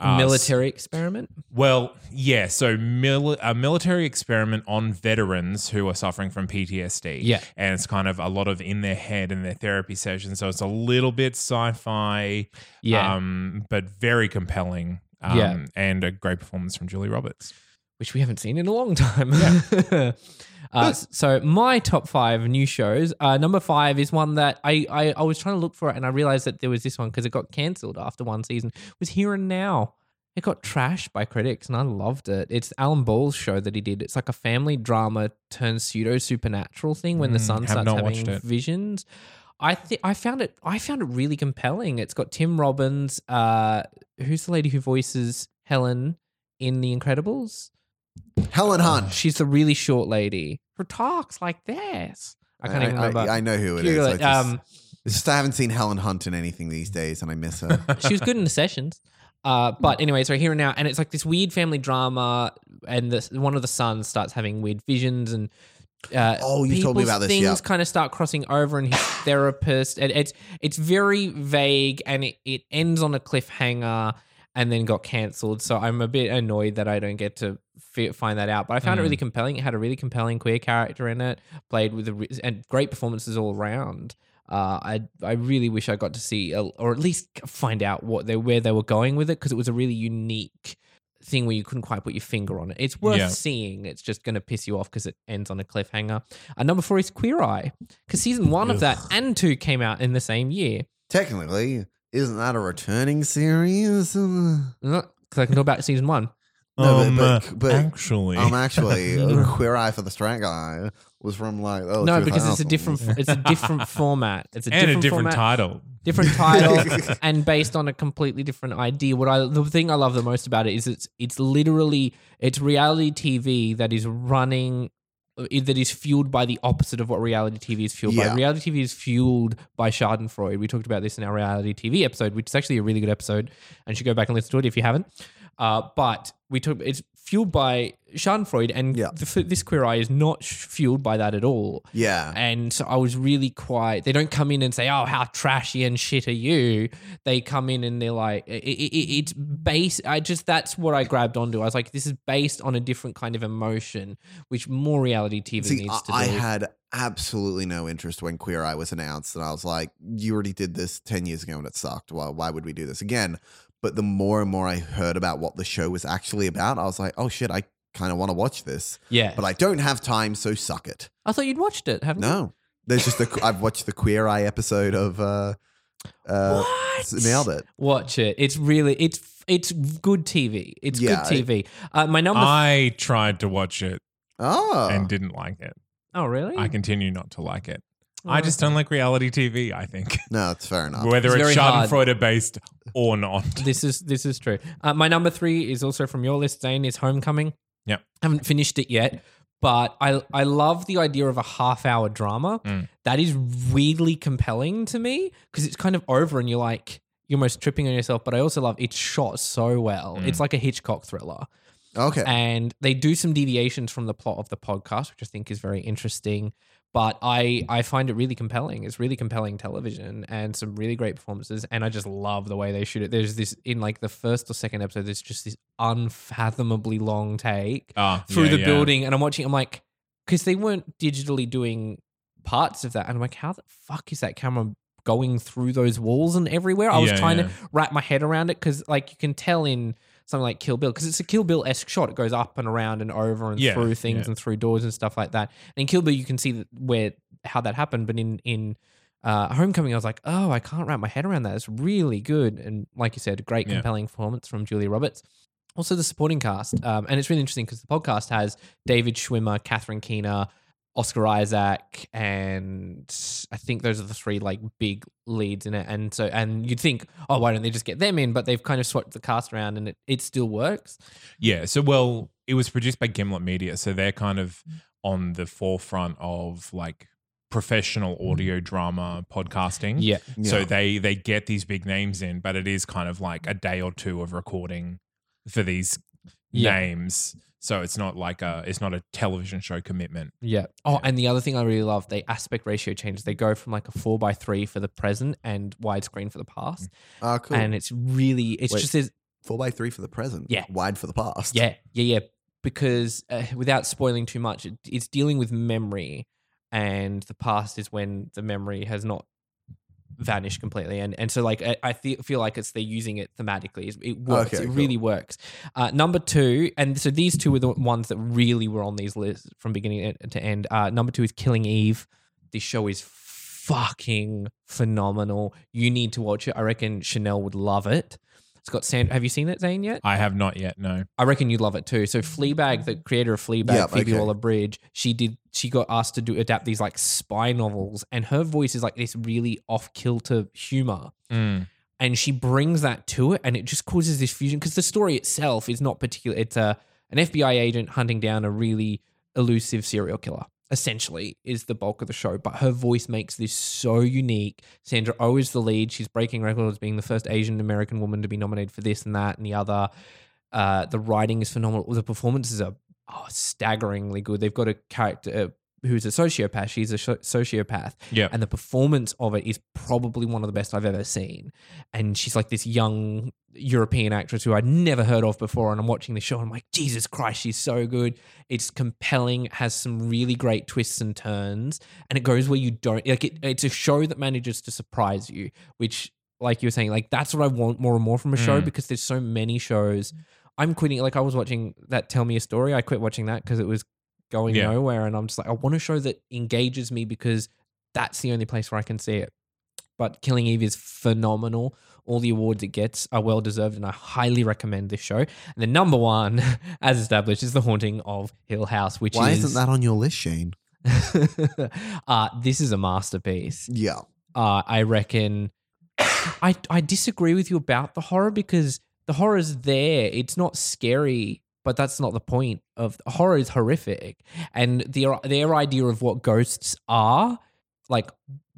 S5: uh,
S3: Military experiment.
S5: well, yeah. So mil- a military experiment on veterans who are suffering from PTSD.
S3: Yeah.
S5: And it's kind of a lot of in their head and their therapy sessions. So it's a little bit sci fi,
S3: Yeah.
S5: um, but very compelling. Um,
S3: Yeah.
S5: And a great performance from Julie Roberts.
S3: which we haven't seen in a long time. Uh, s- so my top five new shows. Uh, number five is one that I, I I was trying to look for it, and I realized that there was this one because it got cancelled after one season. Was Here and Now. It got trashed by critics, and I loved it. It's Alan Ball's show that he did. It's like a family drama turned pseudo supernatural thing when the
S5: Mm,
S3: son
S5: have
S3: starts
S5: not
S3: having
S5: watched it.
S3: visions. I think I found it. I found it really compelling. It's got Tim Robbins, uh, who's the lady who voices Helen in The Incredibles.
S4: Helen Hunt.
S3: She's the really short lady who talks like this. I can't even remember.
S4: I, know who it is.
S3: Google
S4: I
S3: it.
S4: just,
S3: um,
S4: it's just I haven't seen Helen Hunt in anything these days, and I miss her.
S3: she was Um, good in the sessions. Uh,
S4: Hmm.
S3: but anyway, so here and now, and it's like this weird family drama, and this, one of the sons starts having weird visions, and uh,
S4: Oh, you told me
S3: people's
S4: about this,
S3: Things
S4: yeah.
S3: kind of start crossing over, and his therapist, and it's it's very vague, and it, it ends on a cliffhanger, and then got cancelled. So I'm a bit annoyed that I don't get to fi- find that out. But I found it really
S4: Hmm.
S3: compelling. It had a really compelling queer character in it, played with a re- and great performances all around. Uh, I I really wish I got to see a, or at least find out what they where they were going with it because it was a really unique thing where you couldn't quite put your finger on it. It's worth
S5: Yeah.
S3: seeing. It's just going to piss you off because it ends on a cliffhanger. And number four is Queer Eye because season one of that and two came out in the same year.
S4: Technically, isn't that a returning series? Um,
S3: Because I can talk about season one.
S4: No, but-
S5: um,
S4: but-
S5: uh,
S4: but- um,
S5: actually,
S4: actually, Queer Eye for the Straight Guy was from like oh,
S3: no, because it's a
S4: 2000s.
S3: different it's a different format. It's a
S5: and
S3: different
S5: a different
S3: format.
S5: title.
S3: different title and based on a completely different idea. What I the thing I love the most about it is it's it's literally it's reality TV that is running that is fueled by the opposite of what reality TV is fueled
S4: Yeah.
S3: by. Reality TV is fueled by Schadenfreude. We talked about this in our reality TV episode, which is actually a really good episode, and you should go back and listen to it if you haven't. Uh, but we took it's fueled by Schadenfreude, and
S4: Yeah.
S3: the, this queer eye is not sh- fueled by that at all.
S4: Yeah,
S3: And so I was really quiet. They don't come in and say, "Oh, how trashy and shit are you?" They come in and they're like, i i i- "It's based." I just that's what I grabbed onto. I was like, "This is based on a different kind of emotion, which more reality TV
S4: See,
S3: needs to
S4: I, I
S3: do."
S4: had absolutely no interest when Queer Eye was announced, and I was like, "You already did this ten years ago, and it sucked. Why? Why would we do this again?" But the more and more I heard about what the show was actually about, I was like, "Oh shit, I kind of want to watch this,
S3: yeah,
S4: but I don't have time, so suck it."
S3: I thought you'd watched it, haven't you?
S4: No, there's just the I've watched the Queer Eye episode of uh, uh,
S3: What?
S4: nailed it.
S3: Watch it. It's really it's it's good TV. It's
S4: Yeah, I-
S3: good TV. Uh, my number.
S5: I tried to watch it
S4: Oh,
S5: and didn't like it.
S3: oh really?
S5: I continue not to like it.
S3: Oh,
S5: I just don't like reality TV. I think
S4: no, it's fair enough.
S5: whether
S3: It's
S5: it's,
S3: very hard.
S5: Schadenfreude based or not.
S3: this is this is true. Uh, my number three is also from your list, Dane. Is Homecoming.
S5: Yep.
S3: haven't finished it yet, but I I love the idea of a half hour drama.
S5: Mm.
S3: That is weirdly compelling to me because it's kind of over and you're like you're almost tripping on yourself. But I also love it's shot so well.
S5: Mm.
S3: It's like a Hitchcock thriller
S4: Okay,
S3: and they do some deviations from the plot of the podcast, which I think is very interesting. But I I find it really compelling. It's really compelling television and some really great performances. And I just love the way they shoot it. There's this in like the first or second episode. There's just this unfathomably long take
S5: Ah,
S3: through
S5: yeah,
S3: the
S5: yeah.
S3: building, and I'm watching. I'm like, because they weren't digitally doing parts of that, and I'm like, how the fuck is that camera? going through those walls and everywhere i was
S5: Yeah,
S3: trying
S5: yeah.
S3: to wrap my head around it because like you can tell in something like Kill Bill because it's a Kill Bill esque shot. It goes up and around and over and
S5: Yeah,
S3: through things
S5: yeah.
S3: and through doors and stuff like that. And in Kill Bill, you can see that where how that happened. But in in uh, Homecoming, I was like, oh, I can't wrap my head around that. It's really good and like you said, a great
S5: Yeah.
S3: compelling performance from Julia Roberts. Also, the supporting cast, um, and it's really interesting because the podcast has David Schwimmer, Catherine Keener, Oscar Isaac, and I think those are the three like big leads in it. And so, and you'd think, oh, why don't they just get them in? But they've kind of swapped the cast around, and it, it still works.
S5: Yeah. So, well, it was produced by Gimlet Media. So they're kind of
S3: Mm.
S5: on the forefront of like professional audio drama
S4: Hmm.
S5: podcasting.
S3: Mm. Yeah,
S5: So
S4: Yeah.
S5: they they get these big names in, but it is kind of like a day or two of recording for these
S3: Yeah.
S5: names. So it's not like a it's not a television show commitment.
S3: yeah. Oh, and the other thing I really love, they aspect ratio changes. They go from like a four by three for the present and widescreen for the past,
S4: Ah, cool.
S3: and it's really, it's
S4: Wait.
S3: just this
S4: four by three for the present.
S3: Yeah.
S4: wide for the past.
S3: Yeah, yeah, yeah. Because uh, without spoiling too much, it, it's dealing with memory, and the past is when the memory has not vanish completely. And and so like I, I fe- feel like it's they're using it thematically. It- It works.
S4: Okay,
S3: it
S4: cool.
S3: really works. Uh, number two, and so these two were the ones that really were on these lists from beginning to end. Uh, number two is Killing Eve. This show is fucking phenomenal. You need to watch it. I reckon Chanel would love it. It's got Sand. Have you seen it, Zane, yet?
S5: I have not yet. No.
S3: I reckon you'd love it too. So Fleabag, the creator of Fleabag,
S4: Yep,
S3: Phoebe
S4: okay.
S3: Waller-Bridge, she did. She got asked to do adapt these like spy novels, and her voice is like this really off kilter humor,
S5: Mm.
S3: and she brings that to it, and it just causes this fusion because the story itself is not particular. It's a an FBI agent hunting down a really elusive serial killer. Essentially, is the bulk of the show, but her voice makes this so unique. Sandra Oh is the lead. She's breaking records, being the first Asian American woman to be nominated for this and that and the other. Uh, the writing is phenomenal. The performances are oh, staggeringly good. They've got a character uh, who's a sociopath. She's a sho- sociopath.
S5: Yeah.
S3: And the performance of it is probably one of the best I've ever seen. And she's like this young European actress who I'd never heard of before. And I'm watching the show and I'm like, Jesus Christ, she's so good. It's compelling, has some really great twists and turns. And it goes where you don't like it. It's a show that manages to surprise you, which, like you were saying, like that's what I want more and more from a show
S5: Mm.
S3: because there's so many shows. I'm quitting. Like I was watching that Tell Me a Story. I quit watching that because it was going
S5: Yeah.
S3: nowhere, and I'm just like, I want a show that engages me because that's the only place where I can see it. But Killing Eve is phenomenal. All the awards it gets are well deserved, and I highly recommend this show. And the number one, as established, is The Haunting of Hill House, which
S4: Why
S3: is
S4: isn't that on your list, Shane?
S3: that? uh, this is a masterpiece
S4: Yeah.
S3: uh, I reckon. I I disagree with you about the horror because the horror's there. It's not scary, but that's not the point of horror. Is horrific, and their their idea of what ghosts are like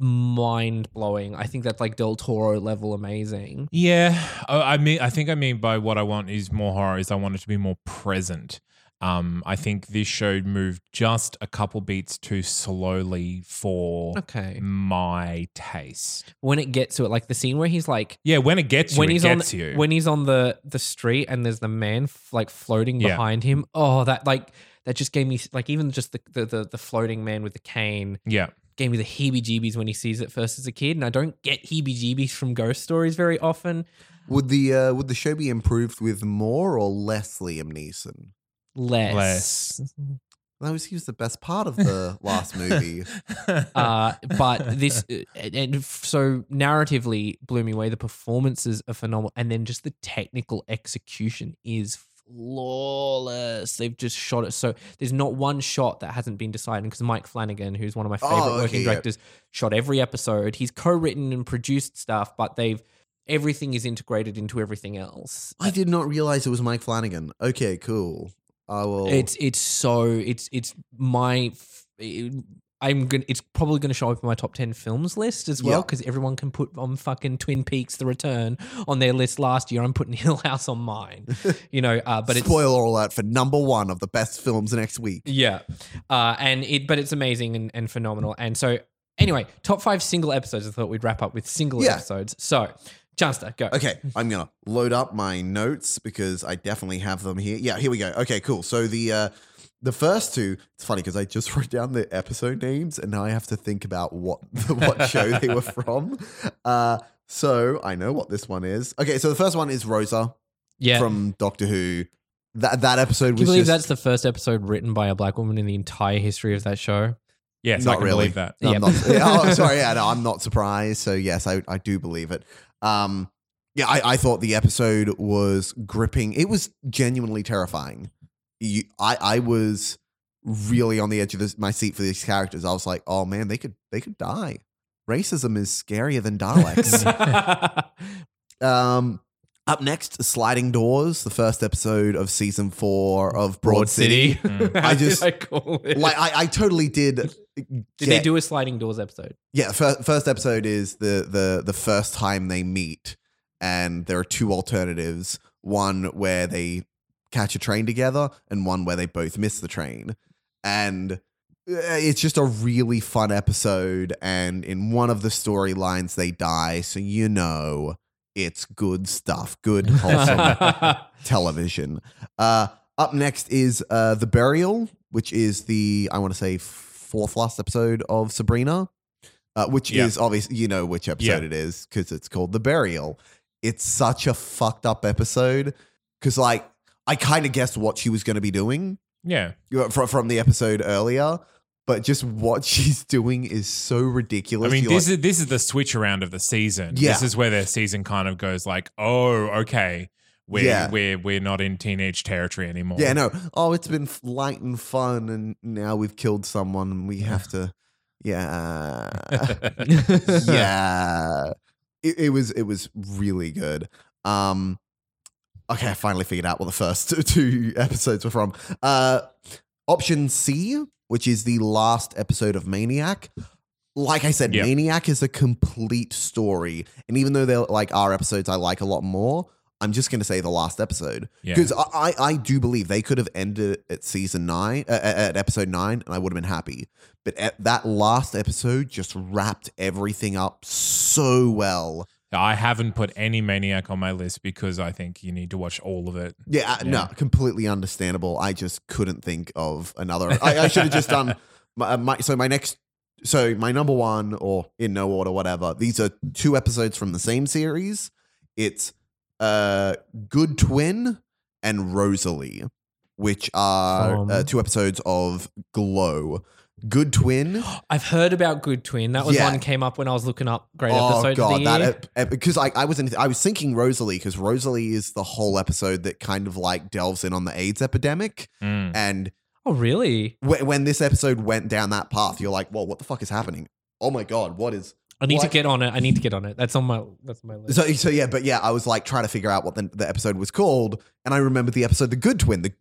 S3: mind blowing. I think that's like Del Toro level amazing.
S5: Yeah. Oh, I mean, I think I mean by what I want is more horror. Is I want it to be more present. Um, I think this show moved just a couple beats too slowly for
S3: Okay,
S5: my taste.
S3: when it gets to it, like the scene where he's like
S5: Yeah, when it gets you,
S3: when
S5: it
S3: he's
S5: gets
S3: on
S5: you.
S3: when he's on the the street and there's the man f- like floating
S5: Yeah.
S3: behind him. Oh, that like that just gave me like even just the the the, the floating man with the cane
S5: yeah,
S3: gave me the heebie-jeebies when he sees it first as a kid, and I don't get heebie-jeebies from ghost stories very often.
S4: Would the uh, would the show be improved with more or less Liam Neeson?
S3: Less.
S5: Less.
S4: That was he was the best part of the last movie.
S3: Uh, but this, and- and f- so narratively blew me away. The performances are phenomenal, and then just the technical execution is flawless. They've just shot it so there's not one shot that hasn't been decided because Mike Flanagan, who's one of my favorite
S4: Oh, okay,
S3: working
S4: yeah.
S3: directors, shot every episode. He's co-written and produced stuff, but they've everything is integrated into everything else.
S4: I did not realize it was Mike Flanagan. Okay, cool. I will.
S3: It's it's so it's it's my f- I'm gonna it's probably gonna show up in my top ten films list as well
S4: Yeah.
S3: because everyone can put on fucking Twin Peaks: The Return on their list last year. I'm putting Hill House on mine, you know. Uh, but it's
S4: spoiler alert for number one of the best films next week.
S3: yeah, uh, and it but it's amazing and, and phenomenal. And so anyway, top five single episodes. I thought we'd wrap up with single
S4: Yeah.
S3: episodes. So Janster, go.
S4: Okay, I'm gonna load up my notes because I definitely have them here. Yeah, here we go. Okay, cool. So the uh, the first two. It's funny because I just wrote down the episode names and now I have to think about what what show they were from. Uh, so I know what this one is. Okay, so the first one is Rosa
S3: yeah.
S4: from Doctor Who. That that episode
S3: Can you
S4: was
S3: believe
S4: just
S3: that's the first episode written by a black woman in the entire history of that show?
S5: yes, I
S4: Not
S5: can
S4: really.
S5: believe that.
S4: No,
S3: Yeah.
S4: I'm not, yeah, oh, sorry. Yeah, no, I'm not surprised. So yes, I, I do believe it. Um, yeah, I, I thought the episode was gripping. It was genuinely terrifying. You, I, I was really on the edge of this, my seat for these characters. I was like, oh man, they could they could die. Racism is scarier than Daleks. um, up next, Sliding Doors, the first episode of season four of Broad, City.
S5: Mm.
S3: How
S4: I just-
S3: did I call it?
S4: Like I, I totally did. Did
S3: Did they do a sliding doors episode?
S4: Yeah, first, first episode is the the the first time they meet, and there are two alternatives: one where they catch a train together, and one where they both miss the train. And uh, it's just a really fun episode. And in one of the storylines, they die, so you know it's good stuff, good wholesome television. Uh, up next is uh, the burial, which is the I want to say fourth last episode of Sabrina. uh, which
S5: Yeah.
S4: is obvious. You know which episode
S5: Yeah.
S4: it is because it's called The Burial. It's such a fucked up episode because, like, I kind of guessed what she was going to be doing
S5: Yeah.
S4: from, from the episode earlier, but just what she's doing is so ridiculous.
S5: I mean,
S4: You're
S5: this
S4: like,
S5: is this is the switch around of the season.
S4: Yeah.
S5: This is where their season kind of goes like, oh, okay, we're
S4: Yeah.
S5: we're we're not in teenage territory anymore.
S4: yeah, no. Oh, it's been f- light and fun, and now we've killed someone, and we have to, yeah. yeah. It, it was it was really good. Um okay, I finally figured out what the first two- two episodes were from. Uh option C, which is the last episode of Maniac. Like I said,
S5: Yeah.
S4: Maniac is a complete story. And even though they're like our episodes I like a lot more, I'm just gonna say the last episode.
S5: Yeah.
S4: Because I, I, I do believe they could have ended at season nine, uh, at at episode nine, and I would have been happy. But at that last episode just wrapped everything up so well.
S5: I haven't put any Maniac on my list because I think you need to watch all of it.
S4: Yeah, uh, no,
S5: Yeah.
S4: completely understandable. I just couldn't think of another. I, I should have just done my, uh, my. So my next, so my number one, or in no order, whatever. These are two episodes from the same series. It's uh, Good Twin and Rosalie, which are
S3: From-
S4: uh, two episodes of Glow. Good Twin.
S3: I've heard about Good Twin. That was
S4: Yeah.
S3: one came up when I was looking up great episodes of the year.
S4: oh, that because I, I was in, I was thinking Rosalie because Rosalie is the whole episode that kind of like delves in on the AIDS epidemic
S5: Mm.
S4: and
S3: oh, really?
S4: wh- when this episode went down that path you're like well what the fuck is happening oh my god what is
S3: I need
S4: Well,
S3: to
S4: I-
S3: get on it. I need to get on it. That's on my that's on my list.
S4: so so yeah but yeah I was like trying to figure out what the, the episode was called and I remembered the episode the good twin the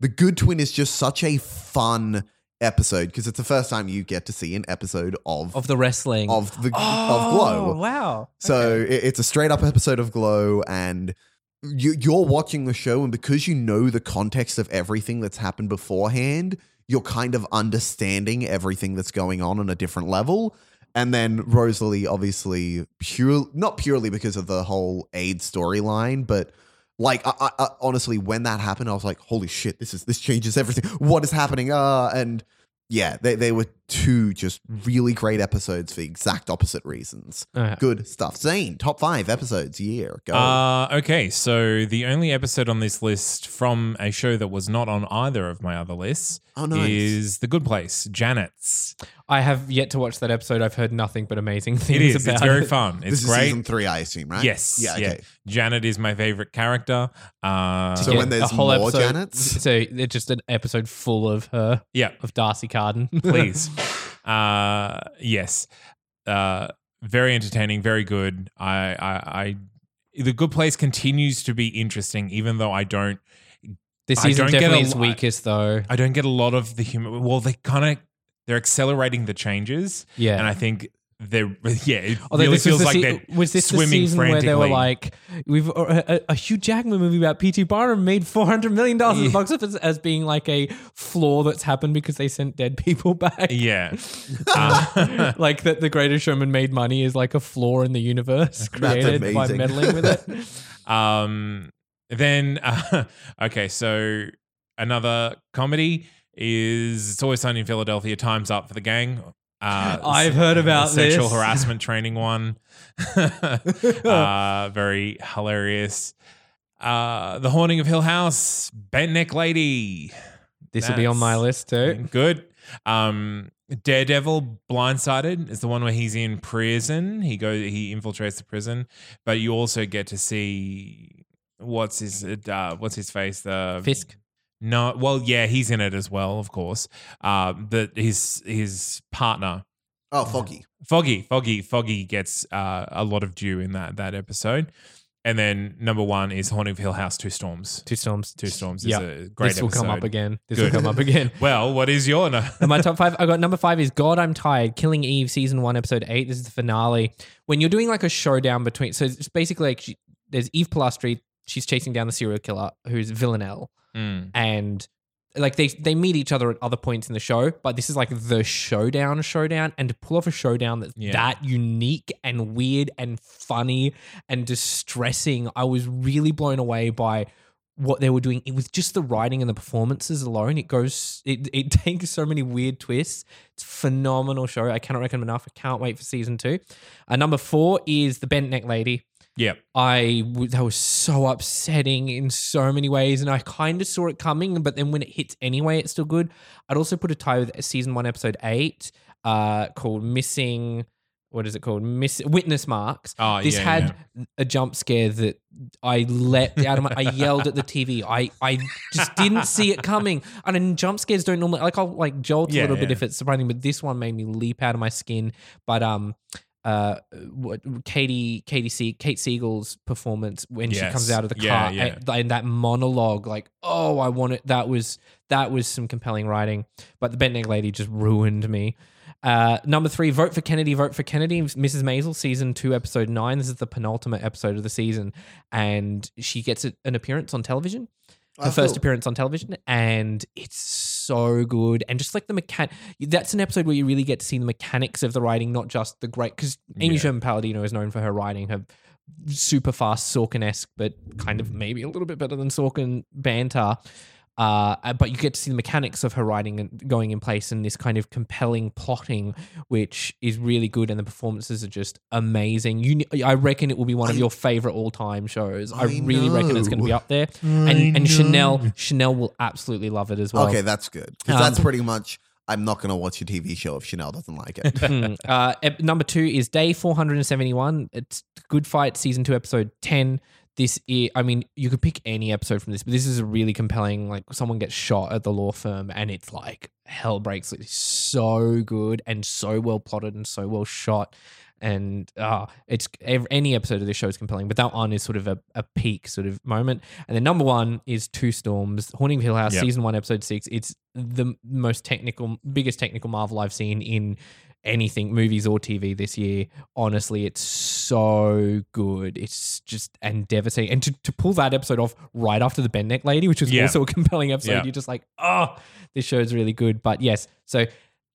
S4: the good twin is just such a fun episode because it's the first time you get to see an episode of
S3: of the wrestling.
S4: of the
S3: oh,
S4: of glow
S3: Wow.
S4: So
S3: Okay.
S4: it, it's a straight up episode of Glow, and you, you're watching the show, and because you know the context of everything that's happened beforehand, you're kind of understanding everything that's going on on a different level. And then Rosalie, obviously, pure not purely because of the whole AIDS storyline, but like I, I, I, honestly, when that happened, I was like, "Holy shit! This is this changes everything. What is happening?" Uh, and yeah, they they were two just really great episodes for the exact opposite reasons
S3: Alright.
S4: good stuff. Zane, top five episodes year. Go.
S5: Uh, okay, so the only episode on this list from a show that was not on either of my other lists
S4: oh, nice.
S5: is The Good Place, Janet's.
S3: I have yet to watch that episode. I've heard nothing but amazing things
S5: It is.
S3: about
S5: It's very
S3: it.
S5: fun.
S4: this
S5: It's
S4: is
S5: great.
S4: season three, I assume, right?
S5: Yes,
S4: Yeah.
S5: yeah.
S4: Okay.
S5: Janet is my favorite character. Uh,
S4: So
S3: Yeah,
S4: when
S3: a
S4: there's
S3: whole
S4: more
S3: episode,
S4: Janets?
S3: So it's just an episode full of her,
S5: yeah,
S3: of Darcy Carden.
S5: please. uh, yes. Uh, very entertaining, very good. I, I, I, The Good Place continues to be interesting, even though I don't,
S3: this
S5: I
S3: season
S5: don't get
S3: definitely
S5: a
S3: is
S5: lot-
S3: weakest, though.
S5: I don't get a lot of the humor. Well, they kind of, they're accelerating the changes,
S3: Yeah.
S5: and I think they're, yeah, it
S3: Although
S5: really
S3: this
S5: feels
S3: was the
S5: like
S3: se-
S5: they're
S3: was this the
S5: swimming
S3: season where they were
S5: frantically.
S3: like, "We've a, a, a Hugh Jackman movie about P.T. Barnum made four hundred million dollars in the
S5: Yeah.
S3: box office as being like a flaw that's happened because they sent dead people back." Um,
S5: yeah. Uh,
S3: like that, the Greatest Showman made money is like a flaw in the universe created by
S4: amazing.
S3: meddling with it.
S5: Um, then uh, okay, so another comedy is "It's Always Sunny in Philadelphia." Times up for the gang. Uh,
S3: I've
S5: s-
S3: heard
S5: the
S3: about
S5: sexual
S3: this.
S5: harassment training one.
S3: Oh,
S5: uh, very hilarious. Uh, the Haunting of Hill House, Bent Neck Lady,
S3: This will be on my
S5: That's-
S3: list too.
S5: good. Um, Daredevil, Blindsided is the one where he's in prison. He goes, he infiltrates the prison, but you also get to see what's his uh, what's his face the
S3: Fisk.
S5: No, well, yeah, he's in it as well, of course. Uh, the his his partner
S4: Oh, Foggy.
S5: Foggy, Foggy, Foggy gets uh, a lot of due in that that episode. And then number one is Haunting of Hill House, Two Storms.
S3: Two storms.
S5: Two Storms
S3: Yeah.
S5: is a great
S3: This will come
S5: episode.
S3: up again. This
S5: Good.
S3: will come up again.
S5: Well, what is your no-
S3: And my top five, I got number five is God, I'm Tired, Killing Eve, season one, episode eight. This is the finale. When you're doing like a showdown between, so it's basically like she, there's Eve Pilastri, she's chasing down the serial killer who's Villanelle,
S5: Mm,
S3: and like they they meet each other at other points in the show, but this is like the showdown, showdown, and to pull off a showdown that's
S5: Yeah.
S3: that unique and weird and funny and distressing, I was really blown away by what they were doing it with just the writing and the performances alone. It goes, it, it takes so many weird twists. It's a phenomenal show. I cannot recommend enough. I can't wait for season two. Uh, number four is The Bent Neck Lady.
S5: Yep.
S3: I w- that was so upsetting in so many ways, and I kind of saw it coming. But then when it hits anyway, it's still good. I'd also put a tie with season one, episode eight, uh, called "Missing." What is it called? Miss witness marks.
S5: Oh,
S3: this
S5: yeah,
S3: had a jump scare that I leapt out of my. I yelled at the TV. I I just didn't see it coming. And then jump scares don't normally like I'll like jolt a
S5: Yeah,
S3: little bit
S5: yeah.
S3: if it's surprising, but this one made me leap out of my skin. But um, uh, what Katie Katie Se- Kate Siegel's performance when she comes
S5: Yes.
S3: out of the
S5: Yeah,
S3: car
S5: yeah.
S3: And, and that monologue, like oh, I want it. That was that was some compelling writing. But the bent neck lady just ruined me. Uh, number three, vote for Kennedy, vote for Kennedy. Mrs. Maisel, season two, episode nine. This is the penultimate episode of the season, and she gets a- an appearance on television
S4: Ah, Oh,
S3: her first appearance on television, and it's so good. And just like the mechan, that's an episode where you really get to see the mechanics of the writing, not just the great. Because Amy
S5: Yeah.
S3: Sherman Palladino is known for her writing, her super fast Sorkin esque, but kind of maybe a little bit better than Sorkin banter. Uh, uh, but you get to see the mechanics of her writing and going in place and this kind of compelling plotting, which is really good. And the performances are just amazing. You, kn- I reckon it will be one of
S4: I-
S3: your favorite all time shows. I,
S4: I
S3: really reckon it's going to be
S4: know.
S3: up there and, and Chanel Chanel will absolutely love it as well.
S4: okay, that's good. 'Cause
S3: Um,
S4: that's pretty much. I'm not gonna watch a TV show if Chanel doesn't like it.
S3: Hmm. uh, ep- number two is day 471. It's Good Fight season two, episode 10. This is, I mean, you could pick any episode from this, but this is a really compelling. Like, someone gets shot at the law firm, and it's like hell breaks loose. It's so good and so well plotted and so well shot. And uh, it's ev- any episode of this show is compelling, but that one is sort of a, a peak sort of moment. And then number one is Two Storms, Haunting of Hill House,
S5: Yep.
S3: season one, episode six. It's the most technical, biggest technical marvel I've seen in anything, movies or TV this year. Honestly, it's so good. It's just and devastating. And to, to pull that episode off right after the Ben Neck Lady, which was
S5: Yeah.
S3: also a compelling episode,
S5: Yeah.
S3: you're just like, oh, this show's really good. But yes, so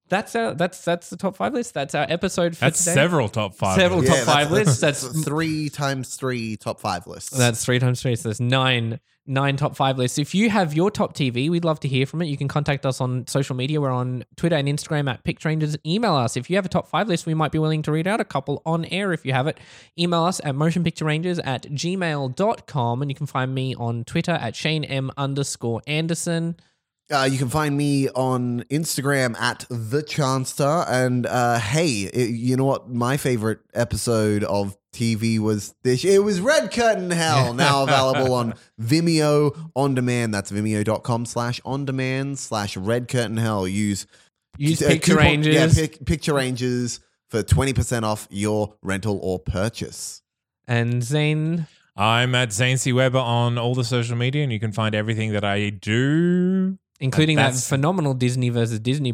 S3: that's our that's that's the top five list. That's our episode for
S5: That's
S3: today.
S5: several top five.
S3: Several
S5: lists.
S3: top five lists, that's-
S4: three times three top five lists.
S3: That's three times three. So that's nine, nine top five lists. If you have your top TV, we'd love to hear from it. You can contact us on social media. We're on Twitter and Instagram at PicRangers. Email us. If you have a top five list, we might be willing to read out a couple on air if you have it. Email us at motionpicturerangers at gmail.com. And you can find me on Twitter at Shane M underscore Anderson.
S4: Uh, you can find me on Instagram at the Chanster. And uh, hey, i you know what? My favorite episode of TV was this. It was Red Curtain Hell, now available on Vimeo on demand. That's vimeo.com slash on demand slash Red Curtain Hell. Use
S3: Use
S4: uh,
S3: Picture
S4: coupon-
S3: Rangers.
S4: Yeah, pic, Picture Rangers for 20% off your rental or purchase.
S3: and Zane.
S5: I'm at Zane C. Weber on all the social media, and you can find everything that I do.
S3: Including that
S5: That's-
S3: phenomenal Disney versus Disney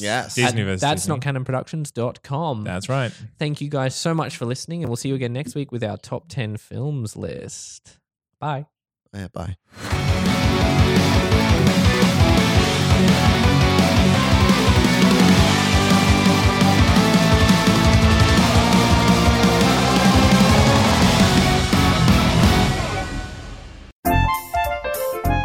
S5: Yes.
S4: Yes.
S3: at
S5: Disney versus
S3: That's
S5: Disney.
S3: not canonproductions.com.
S5: That's right.
S3: Thank you guys so much for listening, and we'll see you again next week with our top 10 films list. Bye.
S4: Yeah, bye.